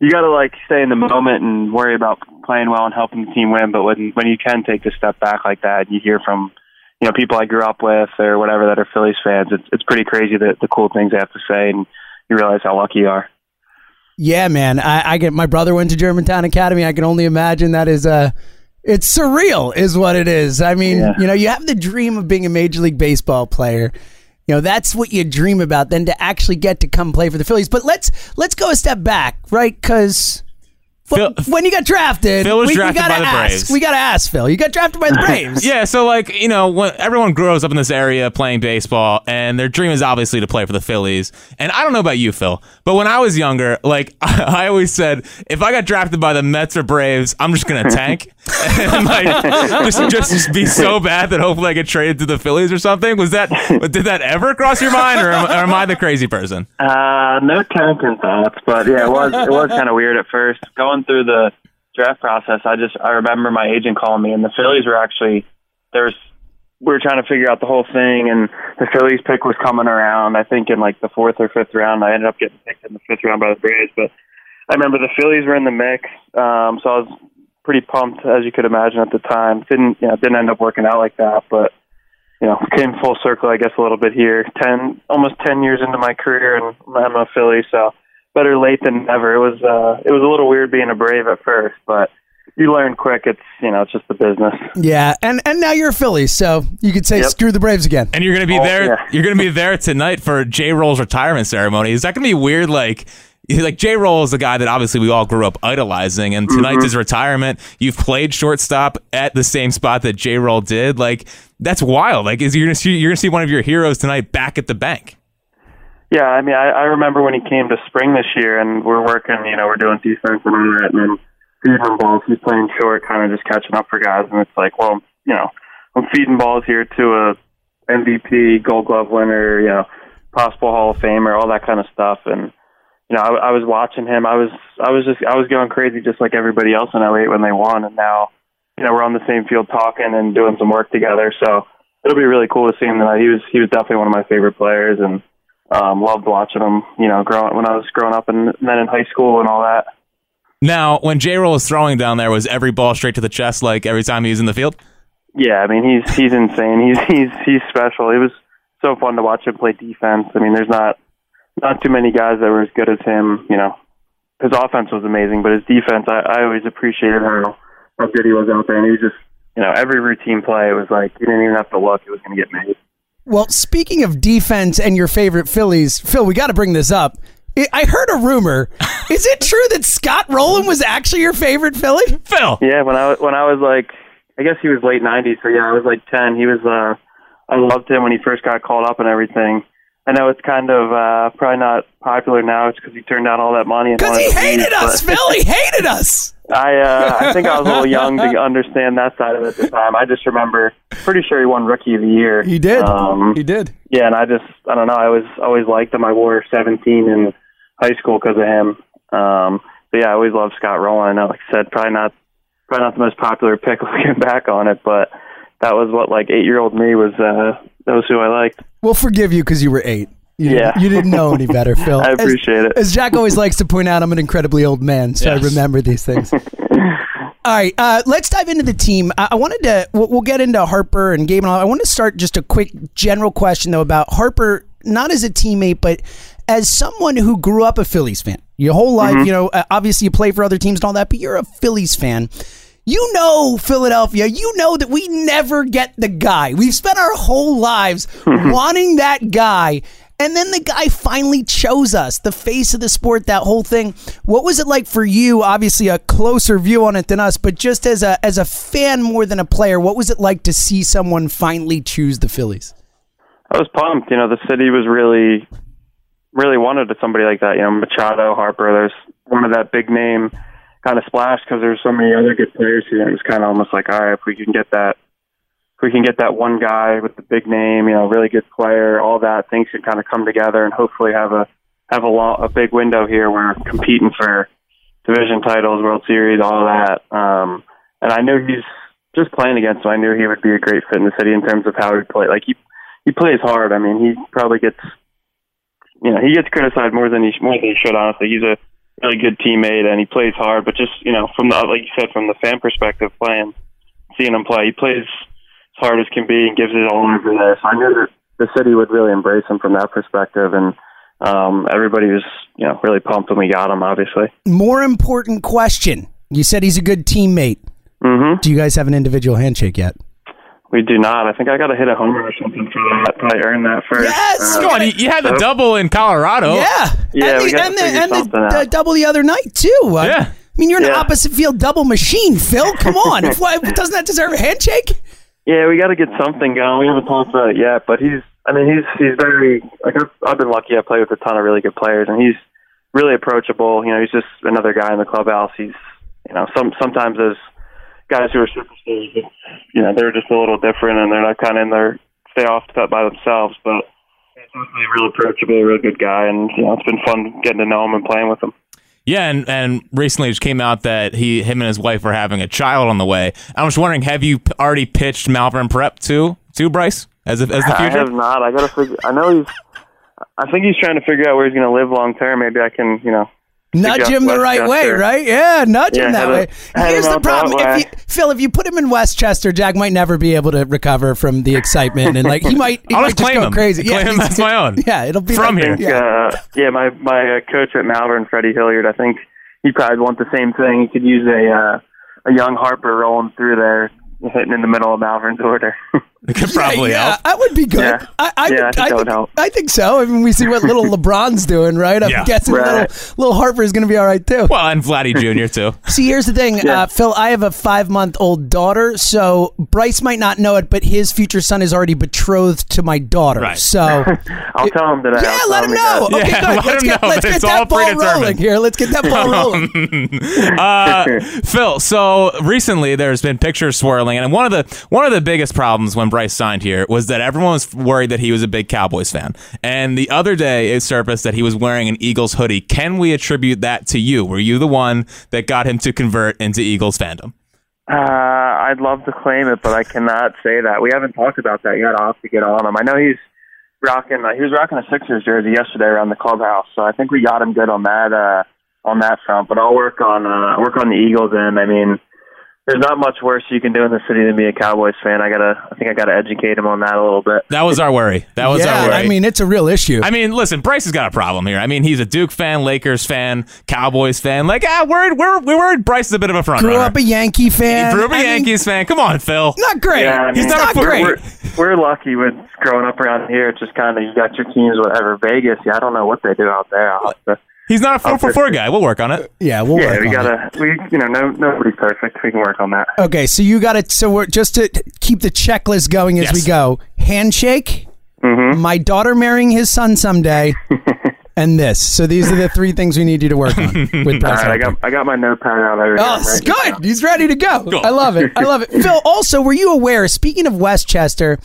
you got to like stay in the moment and worry about playing well and helping the team win. But when when you can take the step back like that, and you hear from you know people I grew up with or whatever that are Phillies fans, it's it's pretty crazy the the cool things they have to say, and you realize how lucky you are.
Yeah, man. I, I get my brother went to Germantown Academy. I can only imagine that is uh it's surreal is what it is. I mean,
Yeah.
you know, you have the dream of being a major league baseball player. You know, that's what you dream about then to actually get to come play for the Phillies. But let's let's go a step back, right? Cuz
Phil-
when you got drafted,
Phil was
we,
drafted
we gotta
by the
ask.
Braves.
We got to ask Phil. You got drafted
[laughs]
by the Braves.
Yeah, so like you know, when everyone grows up in this area playing baseball, and their dream is obviously to play for the Phillies. And I don't know about you, Phil, but when I was younger, like [laughs] I always said, if I got drafted by the Mets or Braves, I'm just gonna tank [laughs] and like just, just be so bad that hopefully I get traded to the Phillies or something. Was that did that ever cross your mind, or am, or am I the crazy person?
Uh, no tanking thoughts, but yeah, it was it was kind of weird at first. Going through the draft process, I just I remember my agent calling me, and the Phillies were actually there's we were trying to figure out the whole thing, and the Phillies pick was coming around. I think in like the fourth or fifth round, I ended up getting picked in the fifth round by the Braves. But I remember the Phillies were in the mix, um, so I was pretty pumped as you could imagine at the time. Didn't you know, didn't end up working out like that, but you know, came full circle, I guess, a little bit here. Ten, almost ten years into my career, and I'm a Philly, so better late than never. It was, uh, it was a little weird being a Brave at first, but you learn quick. It's, you know, it's just the business.
Yeah, and and now you're a Philly, so you could say
Yep.
screw the Braves again.
And you're gonna be
Oh,
there.
yeah.
You're gonna be there tonight for J. Roll's retirement ceremony. Is that gonna be weird? Like, [laughs] like J. Roll is the guy that obviously we all grew up idolizing, and tonight's
Mm-hmm.
his retirement. You've played shortstop at the same spot that J. Roll did. Like, that's wild. Like, is you're gonna see you're gonna see one of your heroes tonight back at the bank.
Yeah, I mean, I, I remember when he came to spring this year, and we're working. You know, we're doing defense and all that, and then feeding balls. He's playing short, kind of just catching up for guys, and it's like, well, you know, I'm feeding balls here to a MVP, Gold Glove winner, you know, possible Hall of Famer, all that kind of stuff. And you know, I, I was watching him. I was, I was just, I was going crazy, just like everybody else in LA when they won. And now, you know, we're on the same field talking and doing some work together. So it'll be really cool to see him tonight. He was, he was definitely one of my favorite players, and um, loved watching him. You know, growing when I was growing up and then in high school and all that.
Now, when J. Roll was throwing down there, was every ball straight to the chest? Like every time he was in the field?
Yeah, I mean he's he's insane. He's he's he's special. It was so fun to watch him play defense. I mean, there's not not too many guys that were as good as him. You know, his offense was amazing, but his defense, I, I always appreciated how how good he was out there. And he was just, you know, every routine play, it was like you didn't even have to look; it was going to get made.
Well, speaking of defense and your favorite Phillies, Phil, we got to bring this up. I- I heard a rumor. Is it true that Scott Rowland was actually your favorite Philly?
Phil.
Yeah, when I when I was like, I guess he was late '90s, so yeah, I was like 10. He was, uh, I loved him when he first got called up and everything. I know it's kind of uh, probably not popular now. It's because he turned down all that money. and
Because he
wanted to leave,
hated
but
us, Phil. He hated us.
I uh,
[laughs]
I think I was a little young to understand that side of it at the time. I just remember, pretty sure he won Rookie of the Year. Um,
did.
yeah, and I just I don't know. I was always liked him. I wore 17 in high school because of him. Um, but yeah, I always loved Scott Rowland. I know, like I said, probably not probably not the most popular [laughs] pick looking back on it, but that was what like eight year old me was. Uh, that was who I liked.
We'll forgive you because you were eight. You,
Yeah.
You didn't know any
[laughs]
better, Phil.
I
As-
appreciate it.
As Jack always likes to point out, I'm an incredibly old man, so I
Yes.
remember these
[laughs]
things. All right, uh, let's dive into the team. I, I wanted to, we'll, we'll get into Harper and Gabe and all. I want to start just a quick general question, though, about Harper, not as a teammate, but as someone who grew up a Phillies fan. Your whole life,
Mm-hmm.
you know, uh, obviously you play for other teams and all that, but you're a Phillies fan. You know Philadelphia. You know that we never get the guy. We've spent our whole lives wanting that guy. And then the guy finally chose us, the face of the sport, that whole thing. What was it like for you? Obviously, a closer view on it than us, but just as a as a fan more than a player, what was it like to see someone finally choose the Phillies?
I was pumped. You know, the city was really, really wanted somebody like that. You know, Machado, Harper. There's one of that big name kind of splash because there's so many other good players here. It was kind of almost like, all right, if we can get that, if we can get that one guy with the big name, you know, really good player, all that things can kind of come together and hopefully have a have a long, a big window here where we're competing for division titles, World Series, all that. Um, and I knew he's just playing against him. I knew he would be a great fit in the city in terms of how he played. Like he he plays hard. I mean, he probably gets you know he gets criticized more than he sh- more than he should. Honestly, he's a really good teammate and he plays hard. But just you know from the like you said from the fan perspective, playing seeing him play, he plays as hard as can be and gives it all over there. So I knew that the city would really embrace him from that perspective and. Um, everybody was, you know, really pumped when we got him. Obviously,
More important question. You said he's a good teammate.
hmm
Do you guys have an individual handshake yet?
we do not. I think I got to hit a homer or something for that. Probably earn that first.
Yes!
Uh,
Come on, you, you had the double in Colorado.
Oh, Yeah.
Yeah,
and
we
the,
gotta
and the,
figure
and the,
something out.
the double the other night, too. I- I
Yeah.
mean, you're an
Yeah.
opposite field double machine, Phil. Come on. If- why- Doesn't that deserve a handshake?
Yeah, we got to get something going. We haven't talked about it yet, but he's. I mean, he's he's very like I've, I've been lucky. I play with a ton of really good players, and he's really approachable. You know, he's just another guy in the clubhouse. He's you know some sometimes those guys who are superstars, you know, they're just a little different, and they're not kind of in their stay off to that by themselves. But he's definitely a real approachable, a real good guy, and you know, it's been fun getting to know him and playing with him.
Yeah, and, and recently it just came out that he, him and his wife are having a child on the way. I'm just wondering, have you p- already pitched Malvern Prep to to Bryce as a, as the
I
future?
have not. I gotta figure. I know he's. I think he's trying to figure out where he's going to live long term. Maybe I can, you know,
Nudge
up
him the right way,
Westchester.
right? Yeah, nudge
Yeah,
him that
head
way.
up- head
Here's
him
the
up that
problem: if
way.
you, Phil, if you put him in Westchester, Jack might never be able to recover from the excitement, and
[laughs]
like he might, he
I'll
might
just
just
claim
go
him.
crazy.
Claim him
he's-
as my own.
Yeah, it'll be
From
like-
here.
Yeah.
uh, yeah, my my uh, coach at Malvern, Freddie Hilliard. I think he probably would want the same thing. He could use a uh, a young Harper rolling through there, hitting in the middle of Malvern's order.
[laughs]
[laughs]
It could probably
yeah,
help.
That would be good.
Yeah.
I, I,
Yeah,
would,
I think
I,
that would
think-
help.
I think so. I mean, we see what
[laughs]
little LeBron's doing, right? I'm
Yeah.
guessing
Right.
little little Harper's going to be all right too.
Well, and Vladdy Jr. too.
See, here's the thing, uh, Phil. I have a five month old daughter, so Bryce might not know it, but his future son is already betrothed to my daughter.
Right. [laughs]
So.
I'll tell him today.
Yeah,
I'll
let
tell
him
he
know.
does.
Okay,
Yeah,
good. let's
[laughs] let him
get,
know,
let's
but
get
it's
that
all
ball
predetermined. Oh,
rolling here. Let's get that
[laughs]
ball rolling.
Uh, Phil, so recently there's been pictures swirling, and one of the one of the biggest problems when Bryce signed here was that everyone was worried that he was a big Cowboys fan. And the other day it surfaced that he was wearing an Eagles hoodie. Can we attribute that to you? Were you the one that got him to convert into Eagles fandom?
Uh, I'd love to claim it, but I cannot say that. We haven't talked about that yet. I'll have to get on him. I know he's rocking. Uh, he was rocking a Sixers jersey yesterday around the clubhouse, so I think we got him good on that uh, on that front. But I'll work on uh, work on the Eagles end. I mean, there's not much worse you can do in the city than be a Cowboys fan. I gotta. I think I gotta educate him on that a little bit.
That was our worry. That was
yeah,
our worry.
I mean, it's a real issue.
I mean, listen, Bryce has got a problem here. I mean, he's a Duke fan, Lakers fan, Cowboys fan. Like, ah, we're we're we're worried Bryce is a bit of a front
grew
runner.
up a Yankee fan.
He grew up a
I mean,
Yankees fan. Come on, Phil.
not great.
Yeah, I
He's
mean,
not
not,
a foot-
great.
uh, We're, we're lucky with growing up around here. It's just kind of you got your teams, whatever. Vegas, yeah, I don't know what they do out there. I'll have to,
He's not a four for four guy. We'll work on it.
yeah, we'll
yeah,
work
we
on it.
gotta. We you know, no nobody's perfect. We can work on that.
Okay, so you got it. So we're just to keep the checklist going as
Yes.
we go. Handshake.
Mm-hmm.
My daughter marrying his son
[laughs]
someday. and this. So these are the three things we need you to work on with
[laughs] All
Bryce.
right, I
Harper.
got I got my notepad out. There.
Oh,
I'm
it's
writing it
good. He's ready to go. I love it. I
[laughs]
love it. Phil, also, were you aware, speaking of Westchester,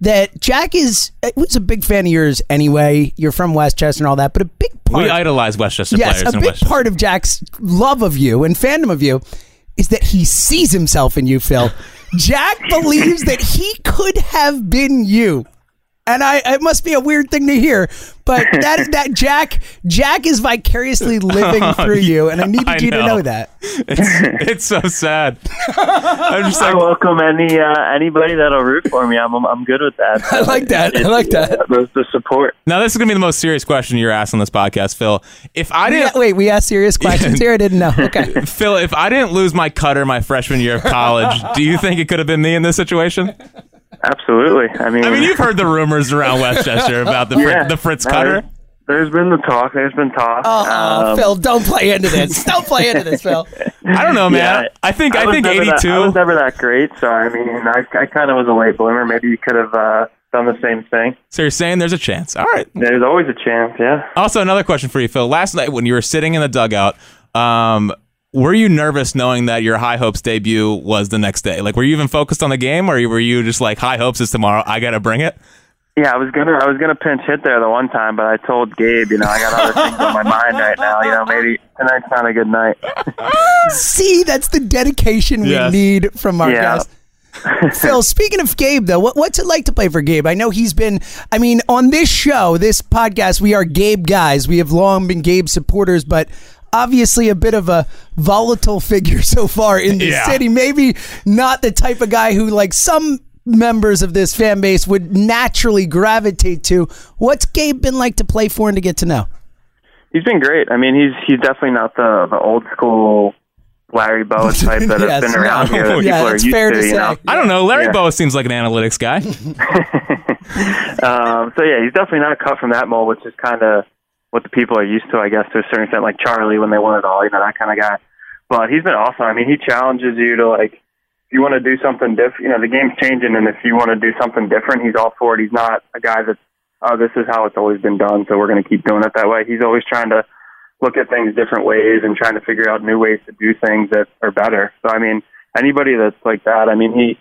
that Jack is uh, was a big fan of yours anyway. You're from Westchester and all that, but a big part
We idolize Westchester
Yes,
players
a
in
big
Westchester.
part of Jack's love of you and fandom of you is that he sees himself in you, Phil.
[laughs]
Jack believes that he could have been you. And I it must be a weird thing to hear,
[laughs]
but that is that Jack Jack is vicariously living through you and I needed
I
you to
know.
know that.
It's, it's so sad. I'm just
down. [laughs] I
like,
welcome any uh, anybody that'll root for me. I'm I'm, I'm good with that.
[laughs] I like that. I like that.
[laughs]
The, the support.
now this is gonna be the most serious question you're asked on this podcast, Phil. If I
We-
didn't,
wait, we asked serious questions here. I didn't know.
[laughs]
Okay.
Phil, if I didn't lose my cutter my freshman year of
[laughs]
college, do you think it could have been me in this situation?
Absolutely. I mean,
I mean, you've heard the rumors around Westchester about the Fri-
yeah.
the Fritz
No,
cutter.
There's, there's been the talk. There's been talk. Uh,
Oh,
Um,
Phil, don't play into this. Don't play into this,
[laughs]
Phil.
I don't know, man.
Yeah.
I think I,
was
think
never that- I was
82.
never that great, so I mean, I, I kind of was a late bloomer. Maybe you could have uh, done the same thing.
So you're saying there's a chance. All right.
There's always a chance, yeah.
Also, another question for you, Phil. Last night when you were sitting in the dugout, um, were you nervous knowing that your high hopes debut was the next day? Like, were you even focused on the game, or were you just like high hopes is tomorrow? I gotta bring it.
Yeah, I was gonna I was gonna pinch hit there the one time, but I told Gabe, you know, I got other things on my mind right now. You know, maybe tonight's not a good night.
See, that's the dedication
Yes.
we need from our
Yeah. [laughs]
guests. Phil, speaking of Gabe, though, what, what's it like to play for Gabe? I know he's been, I mean, on this show, this podcast, we are Gabe guys. We have long been Gabe supporters, but obviously a bit of a volatile figure [laughs] so far in the
Yeah.
city. Maybe not the type of guy who, like some members of this fan base, would naturally gravitate to. What's Gabe been like to play for and to get to know?
He's been great. I mean, he's he's definitely not the the old school Larry
[laughs]
Boa type that
Yes,
has been around
no.
here that
Yeah,
people are
that's
used
fair
to.
to
you know.
say.
I don't know. Larry
Yeah.
Boa seems like an analytics guy.
[laughs] Um, so yeah, he's definitely not cut from that mold, which is kind of what the people are used to, I guess, to a certain extent. Like Charlie when they won it all, you know, that kind of guy. But he's been awesome. I mean, he challenges you to like, if you want to do something different, you know, the game's changing, and if you want to do something different, he's all for it. He's not a guy that's, oh, this is how it's always been done, so we're going to keep doing it that way. He's always trying to look at things different ways and trying to figure out new ways to do things that are better. So I mean, anybody that's like that, I mean, he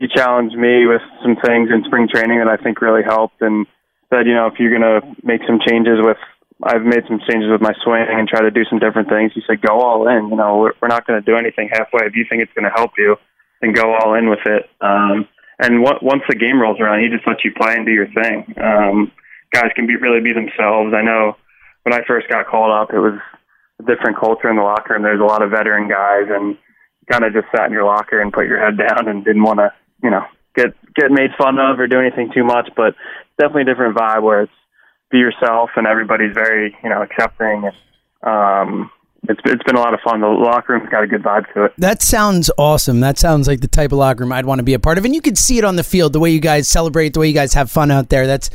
he challenged me with some things in spring training that I think really helped and said, you know, if you're going to make some changes with, I've made some changes with my swing and try to do some different things. He said, go all in. You know, we're, we're not going to do anything halfway. If you think it's going to help you, then go all in with it. Um, and w- once the game rolls around, he just lets you play and do your thing. Um, guys can be really be themselves. I know when I first got called up, it was a different culture in the locker room. There's a lot of veteran guys and kind of just sat in your locker and put your head down and didn't want to, you know, get get made fun of or do anything too much. But definitely a different vibe where it's be yourself and everybody's very, you know, accepting. And, um, it's it's been a lot of fun. The locker room's got a good vibe to it.
That sounds awesome. That sounds like the type of locker room I'd want to be a part of. And you can see it on the field, the way you guys celebrate, the way you guys have fun out there. That's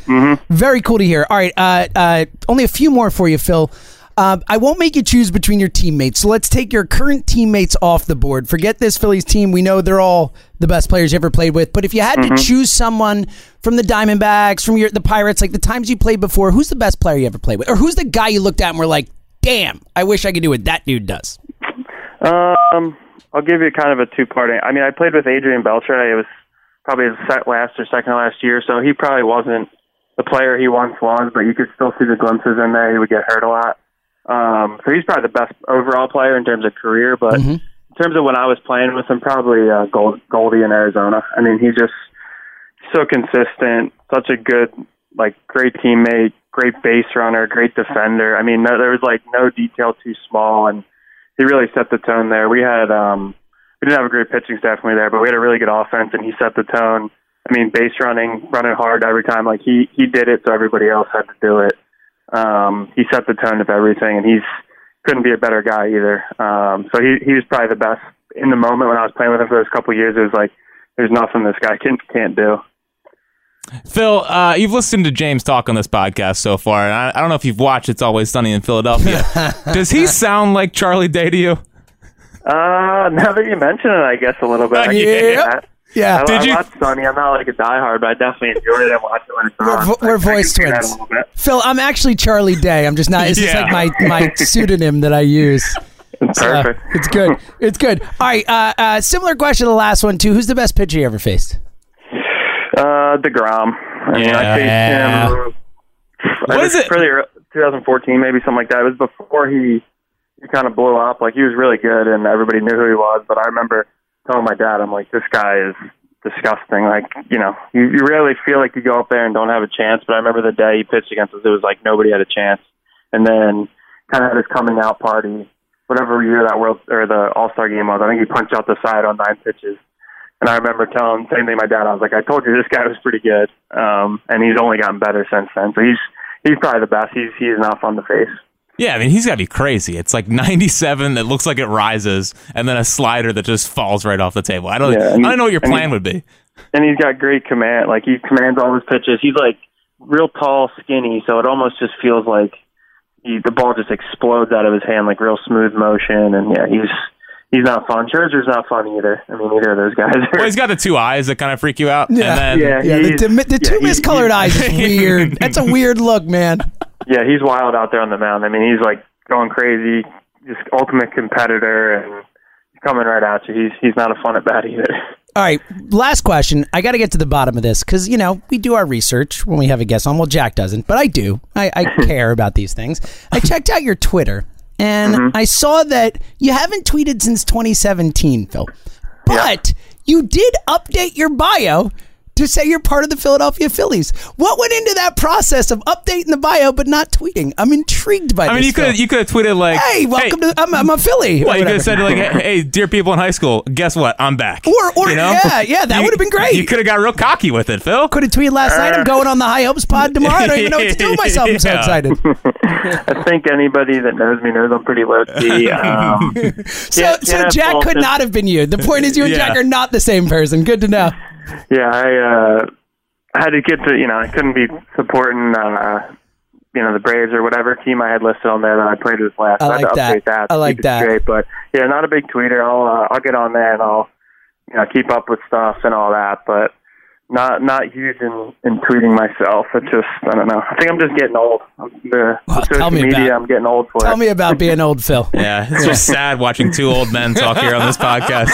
very cool to hear. All right, uh, uh, only a few more for you, Phil. Uh, I won't make you choose between your teammates. So let's take your current teammates off the board. Forget this Phillies team. We know they're all the best players you ever played with. But if you had to choose someone from the Diamondbacks, from your the Pirates, like the times you played before, who's the best player you ever played with, or who's the guy you looked at and were like, "Damn, I wish I could do what that dude does."
Um, I'll give you kind of a two-part. an- I mean, I played with Adrian Beltre. It was probably his set last or second to last year, so he probably wasn't the player he once was, but you could still see the glimpses in there. He would get hurt a lot. Um, so he's probably the best overall player in terms of career, but in terms of when I was playing with him, probably uh, Gold, Goldie in Arizona. I mean, he just so consistent, such a good, like, great teammate, great base runner, great defender. I mean, no, there was like no detail too small, and he really set the tone there. We had um, we didn't have a great pitching staff when we were there, but we had a really good offense, and he set the tone. I mean, base running, running hard every time. Like he he did it, so everybody else had to do it. Um, he set the tone of everything, and he's couldn't be a better guy either. Um, so he he was probably the best in the moment when I was playing with him for those couple of years. It was like there's nothing this guy can can't do.
Phil, uh, you've listened to James talk on this podcast so far, and I, I don't know if you've watched It's Always Sunny in Philadelphia. Does he sound like Charlie Day to you?
Uh, now that you mention it, I guess a little bit. I can see
Yeah.
that.
Yeah.
I,
Did
I
you-
watch Sonny. I'm not like a diehard, but I definitely enjoy it. I watch it when it's
We're,
on.
vo- we're
I can
voice
see that a
twins.
little bit.
Phil, I'm actually Charlie Day. I'm just not. It's
Yeah.
just like my,
[laughs]
my pseudonym that I use. Uh,
Perfect.
it's good. It's good. All right. Uh, uh, similar question to the last one, too. Who's the best pitcher you ever faced?
Uh, Degrom. I mean, I
Yeah.
faced him. I
What is
think
it-
Pretty ear- 2014, maybe something like that. It was before he he kind of blew up. Like he was really good, and everybody knew who he was. But I remember telling my dad, I'm like, this guy is disgusting. Like you know, you, you really feel like you go up there and don't have a chance. But I remember the day he pitched against us, it was like nobody had a chance. And then kind of had his coming out party, whatever year that world or the All Star game was. I think he punched out the side on nine pitches. And I remember telling same thing to my dad. I was like, I told you this guy was pretty good, um, and he's only gotten better since then. So he's he's probably the best. He's he's not on the face.
Yeah, I mean, he's got to be crazy. It's like 97 that looks like it rises, and then a slider that just falls right off the table. I don't,
Yeah, and
I don't know what your
he- and
plan
he-
would be.
and he's got great command. Like he commands all his pitches. He's like real tall, skinny, so it almost just feels like he, the ball just explodes out of his hand, like real smooth motion. And yeah, he's he's not fun. Scherzer's not fun either. I mean, either of those guys. Are.
Well, he's got the two eyes that kind of freak you out.
Yeah.
And then,
yeah,
Yeah, the,
he's-
dim- the two
yeah, he-
miscolored
he-
eyes is
[laughs]
weird. That's a weird look, man.
Yeah, he's wild out there on the mound. I mean, he's like going crazy, just ultimate competitor, and coming right at you. He's he's not a fun at bat either. [laughs]
All right, last question. I got to get to the bottom of this because you know we do our research when we have a guest on. Well, Jack doesn't, but I do. I, I care about these things. I checked out your Twitter and I saw that you haven't tweeted since 2017, Phil. But you did update your bio to say you're part of the Philadelphia Phillies. What went into that process of updating the bio but not tweeting? I'm intrigued by.
I mean,
this,
you could
Phil.
you could have tweeted like,
Hey, welcome to. I'm, I'm a Philly. or
Well, you
whatever.
could have said like, "Hey, hey, dear people in high school, guess what? I'm back."
Or- or-
you know?
yeah, yeah, that
You-
would've been great.
You could have got real cocky with it, Phil.
Could have tweeted last night. I'm going on the High Hopes Pod tomorrow. I don't even know what to
[laughs]
do with myself. I'm so
Uh, Yeah.
excited.
I think anybody that knows me knows I'm pretty low key. Um,
So,
Yeah,
so
yeah,
Jack
well,
could
just-
not have been you. The point is, you and
Yeah.
Jack are not the same person. Good to know.
yeah, I uh, had to get to you know I couldn't be supporting uh, you know the Braves or whatever team I had listed on there that I played with last.
I
So had
like
to
that.
update that.
I
to
like
keep it
that.
Straight, but yeah, not a big tweeter. I'll uh, I'll get on there and I'll you know keep up with stuff and all that, but. Not not huge in, in tweeting myself. It's just I don't know. I think I'm just getting old. I'm, the,
Well,
the social
tell me
media,
about-
I'm getting old for
Tell
it.
me about being old, Phil.
Yeah, it's just sad watching two old men talk here
[laughs]
on this podcast.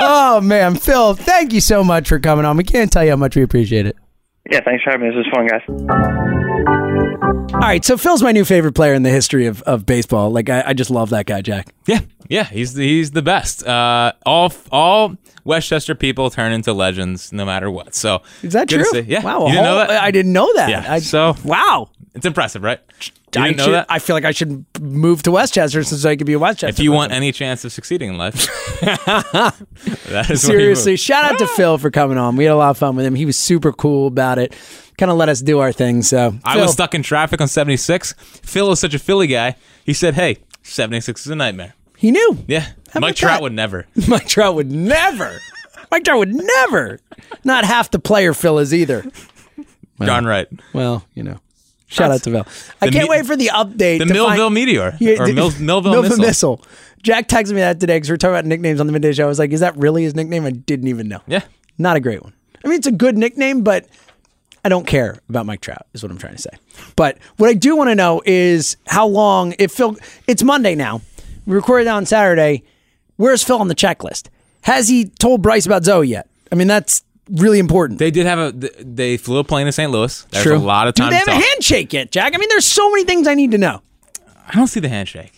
Oh man, Phil, thank you so much for coming on. We can't tell you how much we appreciate it.
Yeah, thanks for having me. This was fun, guys.
All right, so Phil's my new favorite player in the history of, of baseball. Like, I, I just love that guy, Jack.
Yeah, yeah, he's the, he's the best. Uh, all all Westchester people turn into legends, no matter what. So
Is that
good to
true?
see- Yeah,
Wow. a
you didn't know
whole-
that?
I didn't know that.
Yeah,
I,
so-
wow.
it's impressive, right? You
I,
didn't know
should-
that.
I feel like I should move to Westchester since I could be a Westchester.
if you want
person.
any chance of succeeding
[laughs]
in life, [laughs] that is where you move.
seriously, shout out to Phil for coming on. We had a lot of fun with him. He was super cool about it. Kind of let us do our thing. So
I
Phil,
was stuck in traffic on 76. Phil is such a Philly guy. He said, "Hey, 76 is a nightmare."
He knew.
Yeah,
How
Mike
about
Trout
that?
would never.
[laughs] Mike Trout would never. Mike Trout would never. Not half the player Phil is either.
Darn right.
Well, you know. Shout out to Phil. I
The
can't
me-
wait for the update.
The
to
Millville
find-
Meteor
Yeah,
or
the- [laughs]
Mil- Millville, Missile.
Jack texted me that today because we were talking about nicknames on the midday show. I was like, is that really his nickname? I didn't even know.
Yeah.
Not a great one. I mean, it's a good nickname, but I don't care about Mike Trout, is what I'm trying to say. But what I do want to know is how long, if Phil, it's Monday now. We recorded on Saturday. Where's Phil on the checklist? Has he told Bryce about Zoe yet? I mean, that's really important.
They did have a. th- They flew a plane to St. Louis. There's
True.
a lot of
Do
time.
they
to
have
talk.
a handshake yet, Jack? I mean, there's so many things I need to know.
I don't see the handshake.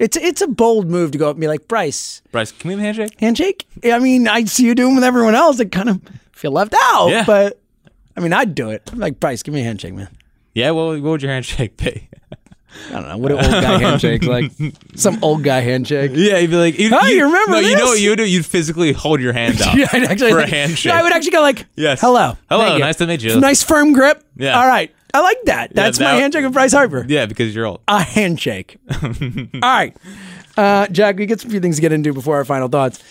It's it's a bold move to go up and be like, Bryce,
Bryce, can we have a handshake?
handshake? I mean, I see you doing with everyone else. I kind of feel left out,
Yeah.
but I mean, I'd do it. I'm like, Bryce, give me a handshake, man.
Yeah. Well, what would your handshake be? [laughs]
I don't know. Uh, What an old guy handshake like? Some old guy handshake.
Yeah, you'd be like, you,
Hey, you remember
No, you know
this?
what you would do? You'd physically hold your hand
[laughs] [laughs]
up
Yeah, I'd actually
for a
like-
handshake.
Yeah, I would actually go like,
Yes.
hello.
Hello,
Thank
nice to meet you.
Nice firm grip.
Yeah.
All right. I like that. That's my
that-
handshake with Bryce Harper.
yeah, because you're old.
A
[laughs]
handshake. All right. Uh, Jack, we get some few things to get into before our final thoughts.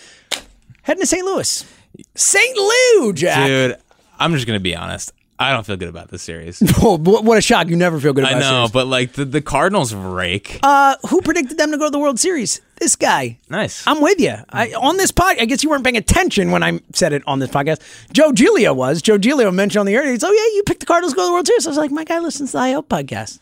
Heading to St. Louis. St. Lou, Jack.
Dude, I'm just gonna be honest. I don't feel good about
[laughs]
this series.
Oh, wh- what a shock. You never feel good about
I know,
series.
but like the, the Cardinals rake.
Uh, who predicted them to go to the World Series? This guy.
nice.
I'm with you. I, on this pod, I guess you weren't paying attention when I said it on this podcast. Joe Giglio was. Joe Giglio mentioned on the air. He's, oh yeah, you picked the Cardinals to go to the World Series. I was like, my guy listens to the IO podcast.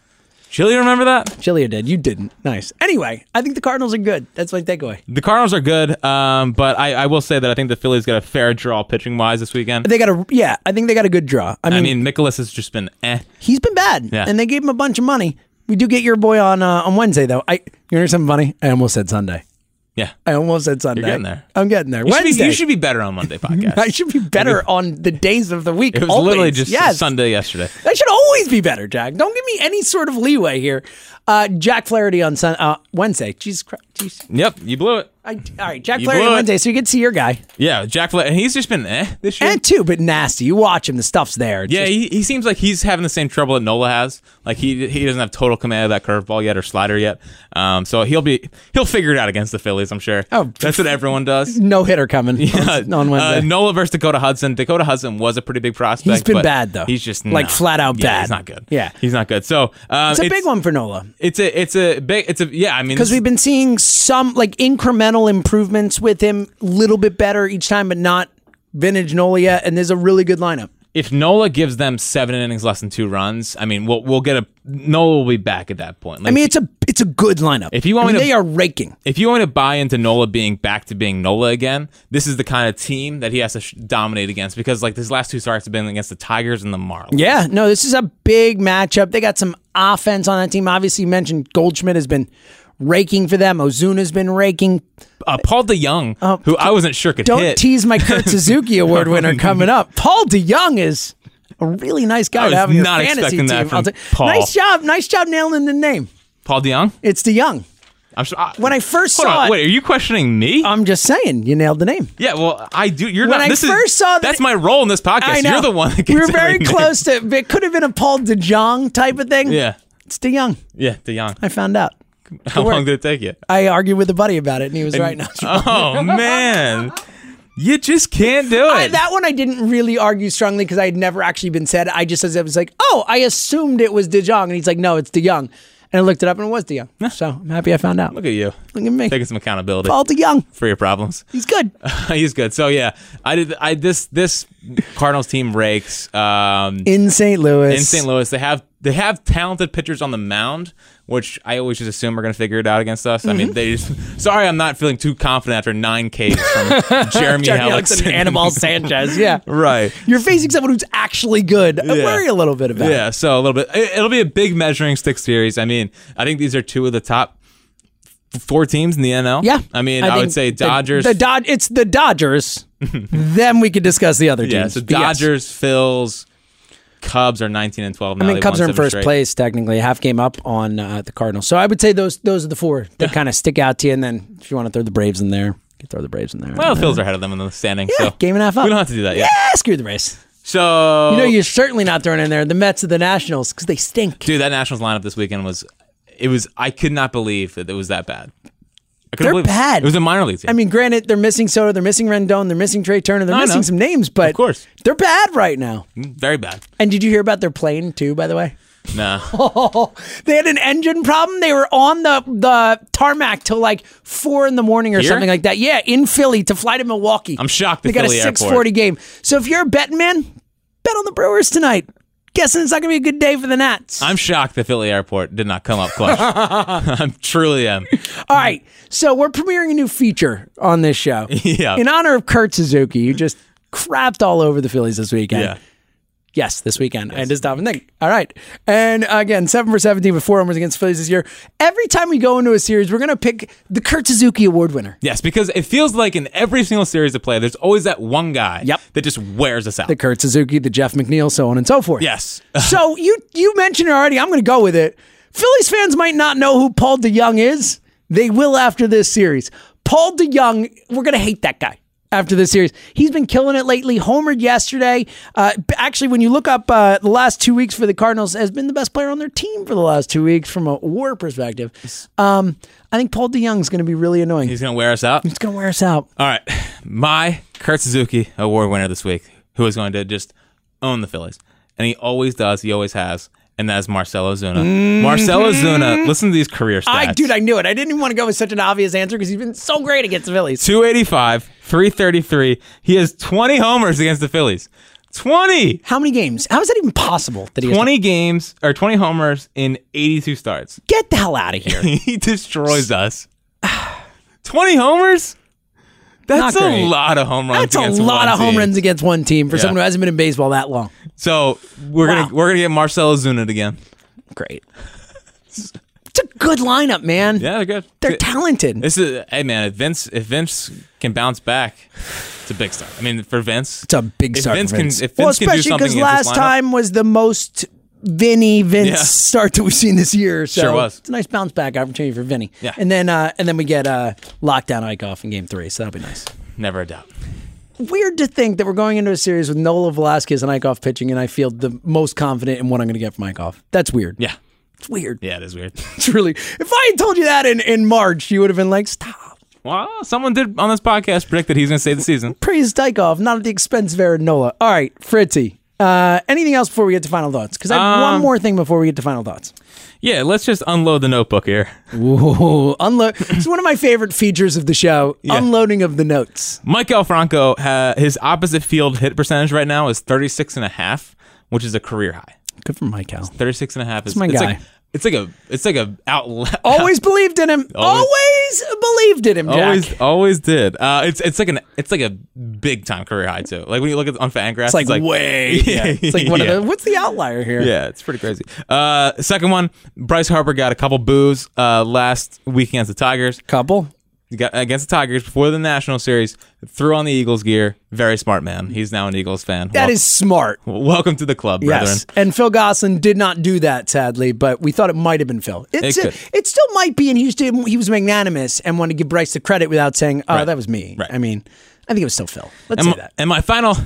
Chili, you remember that?
Giglio did. You didn't. Nice. Anyway, I think the Cardinals are good. That's my takeaway.
The Cardinals are good, um, but I, I will say that I think the Phillies got a fair draw pitching wise this weekend.
They got a yeah. I think they got a good draw. I mean,
I mean, Nicholas has just been eh.
he's been bad,
Yeah.
and they gave him a bunch of money. We do get your boy on uh, on Wednesday though. I you know something funny? I almost said Sunday.
Yeah.
I almost said Sunday.
getting there.
I'm getting there.
You should, be,
Wednesday.
you should be better
[laughs]
on Monday podcast.
I should be better on the days of the week.
it was
always.
literally just
yes.
Sunday yesterday.
I should always be better, Jack. Don't give me any sort of leeway here. Uh, Jack Flaherty on sun, uh, Wednesday. Jesus Christ. Jeez.
Yep, you blew it.
I, all right, Jack
You
Flaherty
blew it.
Wednesday. So you get to see your guy.
Yeah, Jack Flatt, and he's just been eh this year.
And two, but nasty. You watch him. The stuff's there. It's
yeah,
just-
he, he seems like he's having the same trouble that Nola has. Like he he doesn't have total command of that curveball yet or slider yet. Um, so he'll be he'll figure it out against the Phillies, I'm sure.
Oh.
that's what
[laughs]
everyone does.
no hitter coming on, on
[laughs] Uh,
Wednesday.
Nola versus Dakota Hudson. Dakota Hudson was a pretty big prospect.
He's been
but
bad, though.
He's just
Like,
no.
flat out
Yeah,
bad.
He's not good.
Yeah.
he's not good. So um,
it's a big one for Nola
It's a it's a big it's a yeah. I mean,
because
this-
we've been seeing some like incremental improvements with him, little bit better each time, but not vintage Nola yet. And there's a really good lineup.
if Nola gives them seven innings less than two runs, I mean, we'll we'll get a Nola will be back at that point. Like,
I mean, it's a it's a good lineup.
If you want
I mean,
me to-
they are raking.
if you want to buy into Nola being back to being Nola again, this is the kind of team that he has to sh- dominate against because like his last two starts have been against the Tigers and the Marlins.
Yeah, no, this is a big matchup. They got some offense on that team. Obviously, you mentioned Goldschmidt has been raking for them. Ozuna's been raking.
Uh, Paul DeYoung, who I wasn't sure could
Don't
hit.
tease my
[laughs]
Kurt Suzuki Award winner coming up. Paul DeYoung is a really nice guy
I
to
was
have in your
not
fantasy
expecting
team.
that
I'll
from
say-
Paul.
Nice job, nice job nailing the name.
Paul DeYoung.
It's DeYoung.
I'm sure. I,
When I first
hold
saw
on,
it,
wait, are you questioning me?
I'm just saying, you nailed the name.
yeah, well, I do. You're
when
not.
I
This
first
is,
saw that-
that's my role in this podcast.
I know.
You're the one. that
we were
gets
very
everything.
close to. It could have been a Paul DeJong type of thing.
[laughs] Yeah,
it's DeYoung.
yeah,
[laughs]
DeYoung.
I found out.
How
work.
long did it take you?
I argued with a buddy about it, and he was right [laughs] now.
Oh man, you just can't do it.
I, that one I didn't really argue strongly because I had never actually been said. I just as I was like, oh, I assumed it was DeJong, and he's like, no, it's DeYoung. And I looked it up, and it was DeYoung. So I'm happy I found out.
Look at
[laughs]
you
Look at me,
taking some accountability
Paul DeYoung.
for your problems.
He's good.
[laughs] He's good. So yeah, I did. I this this Cardinals team rakes. Um,
In St. Louis.
in St. Louis, they have they have talented pitchers on the mound, which I always just assume are going to figure it out against us. I
Mm-hmm.
mean, they. Just, sorry, I'm not feeling too confident after nine Ks
[laughs]
from Jeremy,
Jeremy Alex
Hellickson.
and
[laughs]
Anibal Sanchez. Yeah. [laughs]
right.
You're facing someone who's actually good. I
Yeah.
worry a little bit about it.
Yeah, so a little bit. It, will be a big measuring stick series. I mean, I think these are two of the top f- four teams in the NL.
Yeah.
I mean, I,
think
would say
the-
Dodgers.
The, Dod- it's the
[laughs]
Dodgers. then we could discuss the other teams.
yeah, so
But yes.
Dodgers, Phils, Cubs are 19 and 12 now.
I mean,
They've
Cubs
won
are in
seven
first
straight.
place technically, half game up on uh, the Cardinals. So I would say those those are the four that kind of stick out to you. And then if you want to throw the Braves in there, you can throw the Braves in there.
Well, Phils are ahead of them in the standing.
yeah,
so
game and a half up.
We don't have to do that
yeah,
yet. Oh.
screw the race.
So
You know, you're certainly not throwing in there the Mets of the Nationals because they stink.
Dude, that Nationals lineup this weekend was, it was. I could not believe that it was that bad. I couldn't
They're
believe it.
bad.
It was a minor league team.
I mean, granted, they're missing Soto, they're missing Rendon, they're missing Trey Turner, they're
I
missing
know.
some names, but
Of course.
they're bad right now.
very bad.
And did you hear about their plane too? By the way, [laughs]
Nah,
they had an engine problem. They were on the the tarmac till like four in the morning or
Here?
something like that. Yeah, in Philly to fly to Milwaukee.
I'm shocked. The
they got a
Philly airport.
six forty game. So if you're a betting man, bet on the Brewers tonight. Guessing it's not gonna be a good day for the Nats.
I'm shocked the Philly airport did not come
[laughs]
up clutch. [laughs] I'm truly am.
All right, so we're premiering a new feature on this show
[laughs] Yeah.
in honor of Kurt Suzuki, who just crapped all over the Phillies this weekend.
yeah.
Yes, this weekend. I just stop and think. All right. And again, seven for 17 with four homers against the Phillies this year. Every time we go into a series, we're going to pick the Kurt Suzuki Award winner.
Yes, because it feels like in every single series of play, there's always that one guy
Yep.
that just wears us out.
The Kurt Suzuki, the Jeff McNeil, so on and so forth.
yes.
so you you mentioned it already. I'm going to go with it. Phillies fans might not know who Paul DeYoung is. They will after this series. Paul DeYoung, we're going to hate that guy after this series. He's been killing it lately. Homered yesterday. Uh, b- actually, when you look up uh, the last two weeks for the Cardinals, has been the best player on their team for the last two weeks from a WAR perspective. Um, I think Paul DeYoung's going to be really annoying. He's
He's going to wear
[laughs]
us out.
going to wear us out.
All right. My Kurt Suzuki award winner this week, who is going to just own the Phillies. And he always does, he always has. And that is Marcelo Zuna. Marcelo Zuna, listen to these career stats.
Mm-hmm. I dude, I knew it. I didn't even want to go with such an obvious answer because he's been so great against the Phillies.
285, 333. He has 20 homers against the Phillies. 20!
How many games? How is that even possible that he has
20 games or 20 homers in
[laughs]
82 starts.
Get the hell out of
[laughs]
here.
he destroys [sighs] us. 20 homers? That's
Not
a
great.
lot of home runs.
That's a
against
lot
one
of home
team.
runs against one team for
Yeah.
someone who hasn't been in baseball that long.
So we're
Wow.
gonna we're gonna get Marcelo Zuna again.
Great. it's a good lineup, man.
Yeah, they're good.
They're talented.
This is hey man, if Vince if Vince can bounce back, it's a big start. I mean, for Vince,
It's a big
if
start.
Vince
for
can-
Vince.
if
well,
Vince can do
especially
something
because
against this
last
lineup-
time was the most Vinny Vince
Yeah.
start that we've seen this year. So
Sure was.
It's a nice bounce back opportunity for Vinny.
Yeah.
And then uh, and then we get uh, lockdown Ike off in game three. So that'll be nice.
never a doubt.
Weird to think that we're going into a series with Nola Velasquez and Ike off pitching, and I feel the most confident in what I'm going to get from Ike off. That's weird.
Yeah,
It's weird.
yeah, it is weird.
[laughs] It's really. If I had told you that in, in March, you would have been like, stop.
well, someone did on this podcast predict that he's gonna save the season.
Praise Dykoff, not at the expense of Aaron Nola. All right, Fritzy, Uh, anything else before we get to final thoughts? Because I have one
Um,
more thing before we get to final thoughts.
Yeah, let's just unload the notebook here.
[laughs] Ooh, unload. it's one of my favorite features of the show: unloading of the notes.
Mike Alfranco, ha- his opposite field hit percentage right now is 36 and a half, which is a career high.
Good for Mike Al.
36 and a half is
my
it's
guy.
Like, it's like a it's like a outlet. [laughs]
Always believed in him. Always,
Always-
believed in him. Oh, Jack.
always always did. Uh, it's it's like an it's like a big time career high too. Like when you look at on Fangraphs,
It's like, way. [laughs] Yeah. It's like one of the. What's the outlier here?
[laughs] Yeah, it's pretty crazy. Uh, second one, Bryce Harper got a couple boos uh, last week against the Tigers.
Couple.
He got against the Tigers before the National Series. Threw on the Eagles gear. Very smart man. He's now an Eagles fan.
That is smart.
welcome to the club, brethren.
Yes. And Phil Gosselin did not do that, sadly, but we thought it might have been Phil. It's,
It could.
it still might be, and he, was, he was magnanimous and wanted to give Bryce the credit without saying, oh, that was me.
Right.
I mean, I think it was still Phil. Let's
And
say
my,
that.
and my final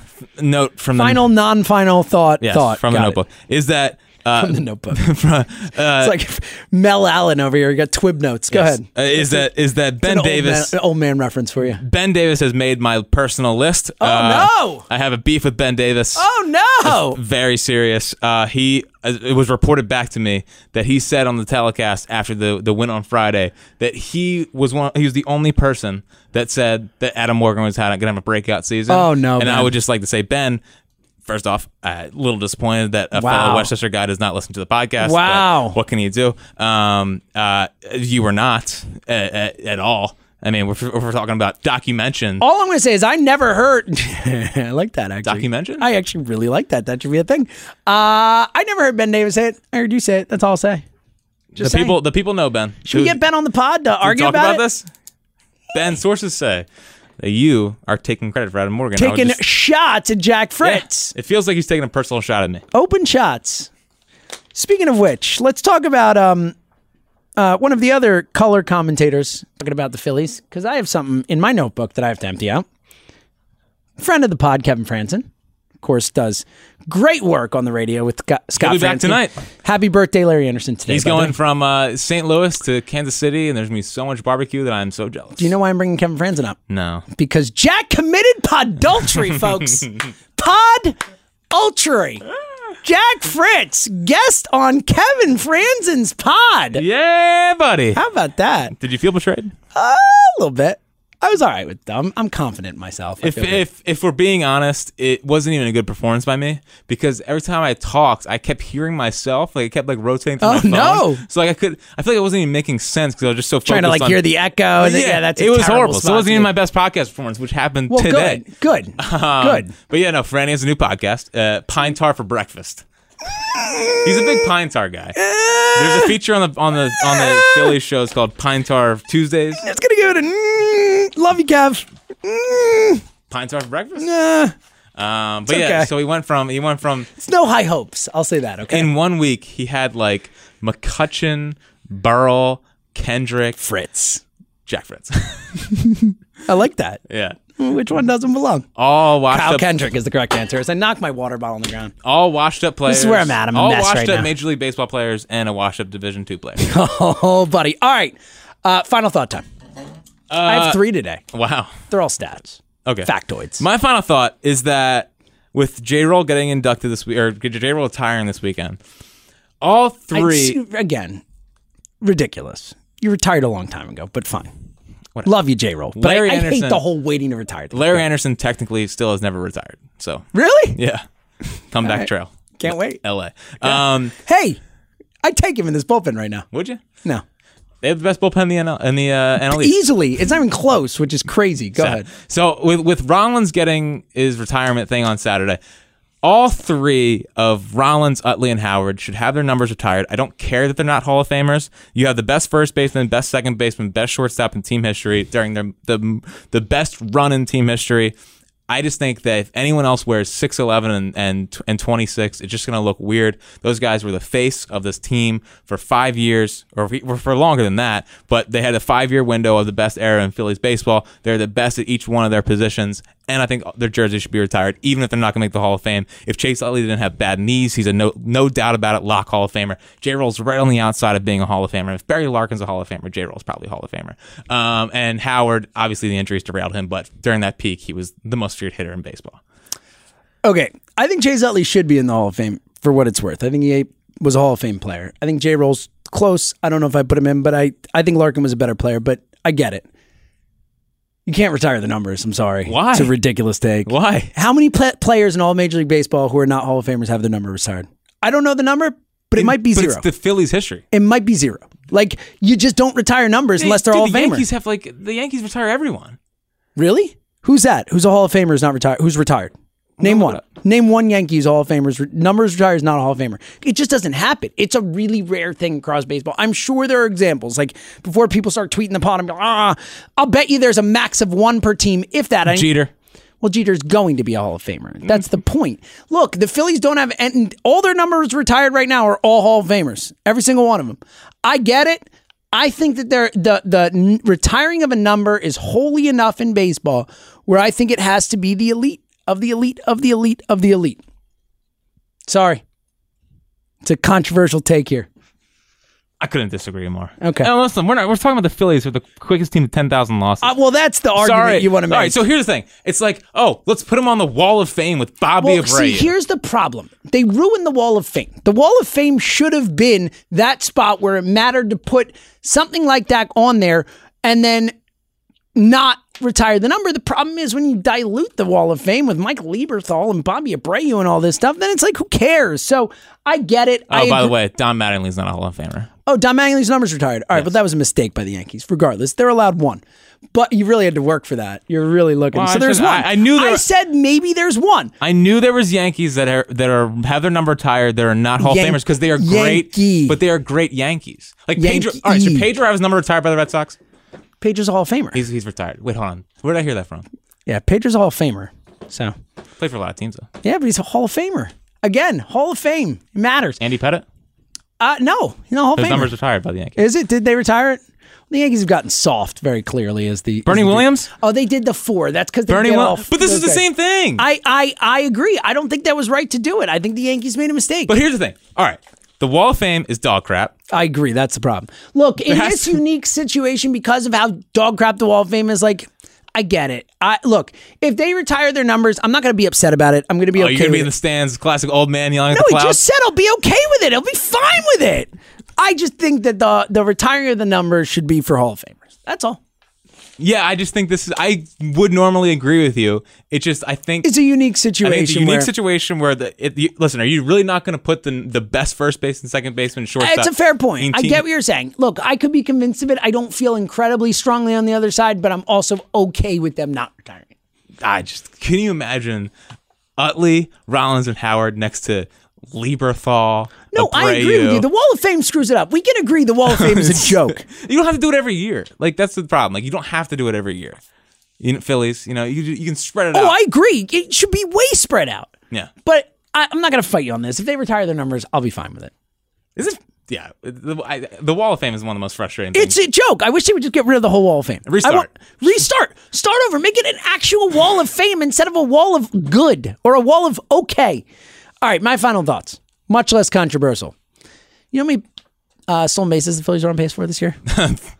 note from
Final,
the,
non final thought,
yes,
thought
from the
Got it.
notebook is that uh,
From the notebook.
[laughs] from, uh,
it's like Mel Allen over here. You got twib notes. Go ahead.
uh, is that is that Ben
An old
Davis
man- old man reference for you.
Ben Davis has made my personal list. Oh
no!
I have a beef with Ben Davis.
Oh, no.
very serious. Uh, he uh, it was reported back to me that he said on the telecast after the the win on Friday that he was one he was the only person that said that Adam Morgan was had, gonna have a breakout season.
Oh, no,
And
man.
I would just like to say Ben. First off, a little disappointed that a
Wow.
fellow Westchester guy does not listen to the podcast. but
Wow.
what can you do? Um, uh, you were not at, at, at all. I mean, if we're, if we're talking about documentation.
All I'm going to say is I never heard. [laughs] I like that actually.
Documentation?
I actually really like that. That should be a thing. Uh, I never heard Ben Davis say it. I heard you say it. That's all I'll say.
the
Just saying.
people, the people know Ben.
Should we
Who-
get Ben on the pod to
we
argue
talk
about,
about,
it?
this? Ben, sources say that you are taking credit for Adam Morgan. I would
Taking
just-
shots at Jack Fritz.
it feels like he's taking a personal shot at me.
Open shots. Speaking of which, let's talk about um, uh, one of the other color commentators talking about the Phillies because I have something in my notebook that I have to empty out. Friend of the pod, Kevin Franson, of course, does great work on the radio with Sc- Scott.
be back
Franzen.
tonight.
Happy birthday, Larry Anderson. Today,
He's
by the way.
going from uh, St. Louis to Kansas City, and there's gonna be so much barbecue that I'm so jealous.
Do you know why I'm bringing Kevin Franzen up?
No.
because Jack committed
[laughs]
podultery, folks. Podultery. Jack Fritz, guest on Kevin Franzen's pod.
Yeah, buddy.
How about that?
Did you feel betrayed?
A little bit. I was all right with them. I'm confident in myself. I
If
feel good.
if if we're being honest, it wasn't even a good performance by me because every time I talked, I kept hearing myself. Like I kept like rotating through
Oh,
my phone.
no.
So like I could, I feel like it wasn't even making sense because I was just so
trying to
focused
like
on-
hear the echo. And yeah, yeah, that's a
it was
terrible
horrible.
Spot
So it wasn't
to
even
do.
my best podcast performance, which happened
well,
today.
good, good,
[laughs] Um,
good.
But yeah, no, Franny has a new podcast, uh, Pine Tar for Breakfast. He's a big pine tar guy. There's a feature on the on the on the Philly shows called Pine Tar Tuesdays.
[laughs] It's gonna give it a mm, love you, Kev. Mm,
Pine Tar for Breakfast.
nah.
Um, but
It's
yeah,
okay.
so he went from he went from
it's no high hopes. I'll say that. Okay,
in one week he had like McCutcheon, Burl, Kendrick,
Fritz.
Jack Fritz. [laughs]
I like that.
yeah,
Which one doesn't belong?
all washed
Kyle
up,
Kendrick is the correct answer. As I knock my water bottle on the ground.
all washed up players.
is where I'm at. I'm a
all
mess
washed
right
up
now.
Major League Baseball players and a washed up Division
[laughs]
Two player.
Oh, buddy. All right. Uh, final thought time. I have three today.
wow.
They're all stats,
Uh, Okay.
factoids.
My final thought is that with J Roll getting inducted this week, or J Roll retiring this weekend, all
I-
three.
again, ridiculous. You retired a long time ago, but fine. Love you, J Roll. But
Larry
I, I hate
Anderson-
the whole waiting to retire. thing.
Larry Anderson technically still has never retired. So,
Really?
yeah. [laughs] Comeback trail.
Can't wait.
LA. Um,
Hey, I take him in this bullpen right now.
would you?
No.
They have the best bullpen in the NL, in the uh, NL East.
Easily. It's not even close, which is crazy. Go ahead.
So with with Rollins getting his retirement thing on Saturday, all three of Rollins, Utley, and Howard should have their numbers retired. I don't care that they're not Hall of Famers. You have the best first baseman, best second baseman, best shortstop in team history during the the, the best run in team history. I just think that if anyone else wears 6'11 and, and, and 26, it's just going to look weird. Those guys were the face of this team for five years, or for- for longer than that, but they had a five year window of the best era in Phillies baseball. They're the best at each one of their positions, and I think their jerseys should be retired, even if they're not going to make the Hall of Fame. If Chase Utley didn't have bad knees, he's a no, no doubt about it lock Hall of Famer. J Roll's right on the outside of being a Hall of Famer. If Barry Larkin's a Hall of Famer, J Roll's probably a Hall of Famer. Um, and Howard, obviously the injuries derailed him, but during that peak, he was the most feared hitter in baseball.
Okay, I think Chase Utley should be in the Hall of Fame for what it's worth. I think he was a Hall of Fame player. I think J. Roll's close. I don't know if I put him in, but I I think Larkin was a better player. But I get it. You can't retire the numbers. I'm sorry.
Why?
It's a ridiculous take.
Why?
How many pla players in all Major League Baseball who are not Hall of Famers have their number retired? I don't know the number, but it might be
But
zero.
It's the Phillies' history.
it might be zero. Like you just don't retire numbers unless they're
Dude,
Hall
the
of Famers.
Yankees have like the Yankees retire everyone.
Really? Who's that? Who's a Hall of Famer is not retired? Who's retired? Name one. Name one Yankees Hall of Famers. Numbers retired is not a Hall of Famer. It just doesn't happen. It's a really rare thing across baseball. I'm sure there are examples. Like before people start tweeting the pot, I'm like, ah, I'll bet you there's a max of one per team, if that. I-
Jeter.
well, Jeter's going to be a Hall of
Mm-hmm.
Famer. That's the point. Look, the Phillies don't have and all their numbers retired right now are all Hall of Famers. Every single one of them. I get it. I think that they're, the the n- retiring of a number is holy enough in baseball where I think it has to be the elite of the elite of the elite of the elite. Sorry. It's a controversial take here.
I couldn't disagree more.
Okay.
And listen, we're not. We're talking about the Phillies with the quickest team to ten thousand losses.
Uh, well, that's the argument
Sorry,
you want to make.
All right, so here's the thing. It's like, oh, let's put him on the Wall of Fame with Bobby
Well,
Abreu.
see, here's the problem. They ruined the Wall of Fame. The Wall of Fame should have been that spot where it mattered to put something like that on there and then not retire the number. The problem is when you dilute the Wall of Fame with Mike Lieberthal and Bobby Abreu and all this stuff, then it's like, who cares? So I get it.
oh,
I
by the
agree-
way, Don Mattingly's not a Hall of Famer.
Oh, Don Mattingly's number's retired. All right, but that was a mistake by the Yankees. Regardless, they're allowed one. But you really had to work for that. You're really looking.
Well,
so
I
there's
shouldn't-
one.
I- I knew there-
I said maybe there's one.
I knew there was Yankees that are that are have their number retired that are not Hall
Yan-
of Famers because they are
Yankee.
great, but they are great Yankees. Like Pedro.
Yankee.
All right, should Pedro have his number retired by the Red Sox?
Pedro's a Hall of Famer.
He's he's retired. Wait, hold on. Where did I hear that from?
Yeah, Pedro's a Hall of Famer. So
Played for a lot of teams though.
yeah, but he's a Hall of Famer. Again, Hall of Fame it matters.
Andy Pettit.
Uh, no, he's not a Hall of
His
Famer.
number's retired by the Yankees.
Is it? Did they retire it? The Yankees have gotten soft very clearly as the
Bernie
as the-
Williams?
Oh, they did the four. That's because
Bernie
Williams.
Williams. But this is the same thing.
I, I I agree. I don't think that was right to do it. I think the Yankees made a mistake.
but here's the thing. All right, the Wall of Fame is dog crap.
I agree. That's the problem. Look, in this
That's-
unique situation, because of how dog crap the Wall of Fame is, like, I get it. I look if they retire their numbers, I'm not going to be upset about it. I'm going to be
Oh,
okay.
you're gonna be
with
in
it.
the stands, classic old man yelling at
No,
the
he
clouds.
just said I'll be okay with it. I'll be fine with it. I just think that the the retiring of the numbers should be for Hall of Famers. That's all.
Yeah, I just think this is. I would normally agree with you. It just, I think
It's a unique
I
situation.
think it's a unique
where-
situation where the it, you, listen. Are you really not going to put the the best first baseman, second baseman, shortstop?
It's a fair
in
point. I
team-
get what you're saying. Look, I could be convinced of it. I don't feel incredibly strongly on the other side, but I'm also okay with them not retiring.
I just can you imagine Utley, Rollins, and Howard next to Lieberthal?
No, I agree with you. The Wall of Fame screws it up. We can agree the Wall of Fame is a [laughs] joke.
you don't have to do it every year. Like that's the problem. Like you don't have to do it every year. You know, Phillies. You know, you you can spread it out.
Oh, I agree. It should be way spread out.
yeah.
But I, I'm not going to fight you on this. If they retire their numbers, I'll be fine with it.
Is it? Yeah. The, I, the Wall of Fame is one of the most frustrating. things.
It's a joke. I wish they would just get rid of the whole Wall of Fame. I
Restart.
want- restart. Start over. Make it an actual Wall of Fame instead of a Wall of Good or a Wall of Okay. All right, my final thoughts. Much less controversial. You know how many uh, stolen bases the Phillies are on pace for
[laughs]
this year?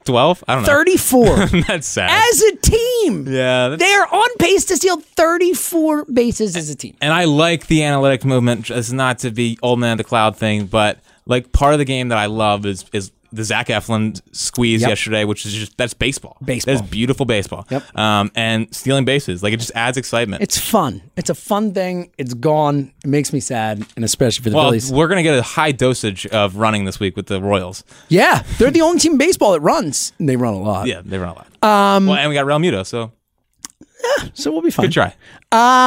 12? I don't know.
34.
[laughs] That's sad.
as a team.
yeah. that's-
They are on pace to steal 34 bases as a team.
and I like the analytic movement. Just not to be old man of the cloud thing, but like part of the game that I love is is the Zach Eflin squeeze yesterday, which is just that's baseball.
Baseball.
That's beautiful baseball.
Yep.
Um, and stealing bases, like it just adds excitement.
It's fun. It's a fun thing. It's gone. It makes me sad, and especially for the
well,
Phillies.
we're gonna get a high dosage of running this week with the Royals.
Yeah, they're the only team in baseball that runs. And they run a lot.
Yeah, they run a lot. Um, well, and we got Real Muto, so
So we'll be fine.
good try.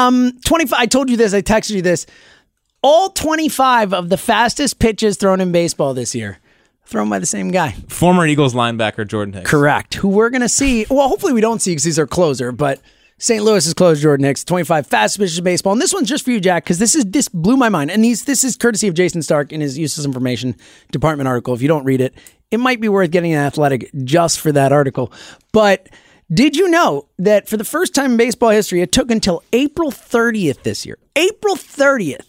Um, 25. I told you this. I texted you this. All 25 of the fastest pitches thrown in baseball this year, thrown by the same guy.
Former Eagles linebacker Jordan Hicks.
Correct. Who we're going to see. Well, hopefully we don't see because he's our closer, but St. Louis is closed, Jordan Hicks, 25 fast pitches of baseball. And this one's just for you, Jack, because this is this blew my mind. And these this is courtesy of Jason Stark in his useless information department article. If you don't read it, it might be worth getting an athletic just for that article. But did you know that for the first time in baseball history, it took until April 30th this year? April 30th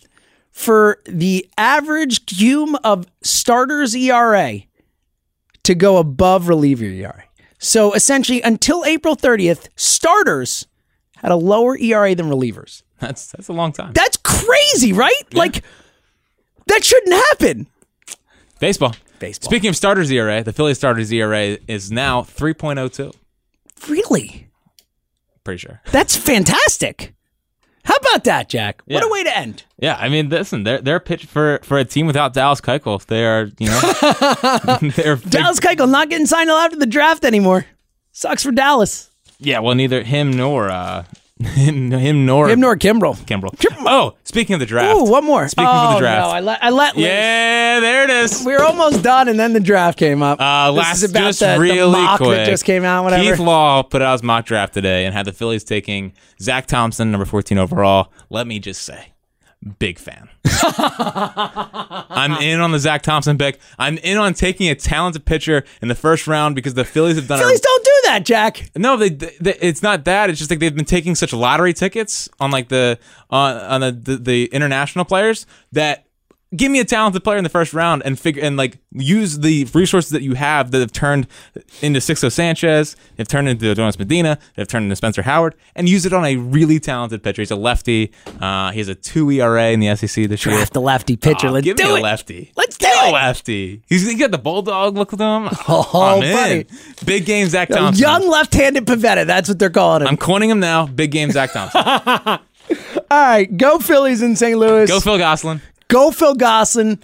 for the average cube of starters E ERA to go above E reliever ERA. So essentially, until April 30th, starters had E a lower ERA than relievers.
That's that's a long time.
That's crazy, right? Like that shouldn't happen.
Baseball.
Baseball.
Speaking of starters ERA, the Phillies starters ERA is now 3.02.
Really?
Pretty sure.
That's fantastic. How about that, Jack? What
Yeah.
a way to end.
Yeah, I mean, listen, they're they're pitched for for a team without Dallas Keuchel. They are, you
[laughs]
know, [laughs] they're
Dallas Keuchel not getting signed till after the draft anymore. Sucks for Dallas.
yeah. Well, neither him nor uh, [laughs] him, him nor
Him nor Kimbrel.
Kimbrel. Oh, speaking of the draft,
Ooh, one more.
Speaking
oh,
of the draft,
no, I let I let loose.
yeah, there it is.
We were almost done, and then the draft came up.
Uh,
This
last
is about
just
the, the
really
mock
quick,
that just came out. Whatever.
Keith Law put out his mock draft today and had the Phillies taking Zach Thompson, number fourteen overall. Let me just say,
[laughs]
big fan. I'm in on the Zach Thompson pick. I'm in on taking a talented pitcher in the first round because the Phillies have done. a-
Phillies don't do that, Jack.
No, they, they. It's not that. It's just like they've been taking such lottery tickets on like the on on the the, the international players that give me a talented player in the first round and figure and like use the resources that you have that have turned into Sixto Sanchez, they've turned into Adonis Medina, they've turned into Spencer Howard, and use it on a really talented pitcher. He's a lefty. Uh, he has a two ERA in the SEC this year.
Draft a lefty pitcher.
Aw,
Let's
give
do
me
it.
a lefty.
Let's do
Give me
it.
a lefty. He's he got the bulldog look to him.
[laughs] Oh,
I'm in.
buddy.
Big game Zach
A
Thompson.
young left-handed Pavetta. That's what they're calling him.
I'm coining him now. Big game Zach
[laughs]
Thompson.
All right, go Phillies in St. Louis.
Go Phil Gosselin.
Go Phil Gosselin,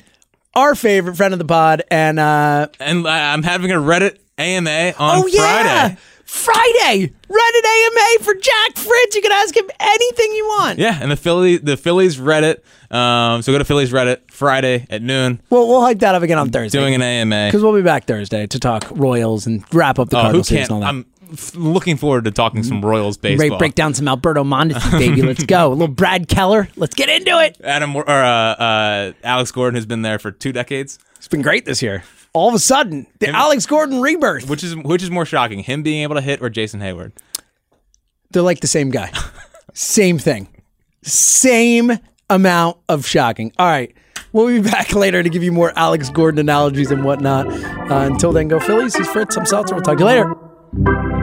our favorite friend of the pod, and uh,
And uh, I'm having a Reddit AMA on
oh yeah,
Friday.
Friday, Reddit AMA for Jack Fritz. You can ask him anything you want.
Yeah, and the Philly the Phillies Reddit. Um, so go to Phillies Reddit Friday at noon.
Well, we'll hype that up again on Thursday.
Doing an AMA.
because we'll be back Thursday to talk Royals and wrap up the
Oh, who
Cardinals series
can't?
and all that.
I'm f- looking forward to talking some Royals
Break,
baseball.
break down some Alberto Mondesi, baby. Let's go. A little Brad Keller. Let's get into it.
Adam or uh, uh, Alex Gordon has been there for two decades.
It's been great this year. All of a sudden, the Alex Gordon rebirth.
Which is which is more shocking, him being able to hit or Jason Hayward?
They're like the same [laughs] guy. same thing. Same amount of shocking. All right. We'll be [laughs] back later to give you more Alex Gordon analogies and whatnot. Uh, until then, go Phillies. He's Fritz. I'm Seltzer. We'll talk to you later.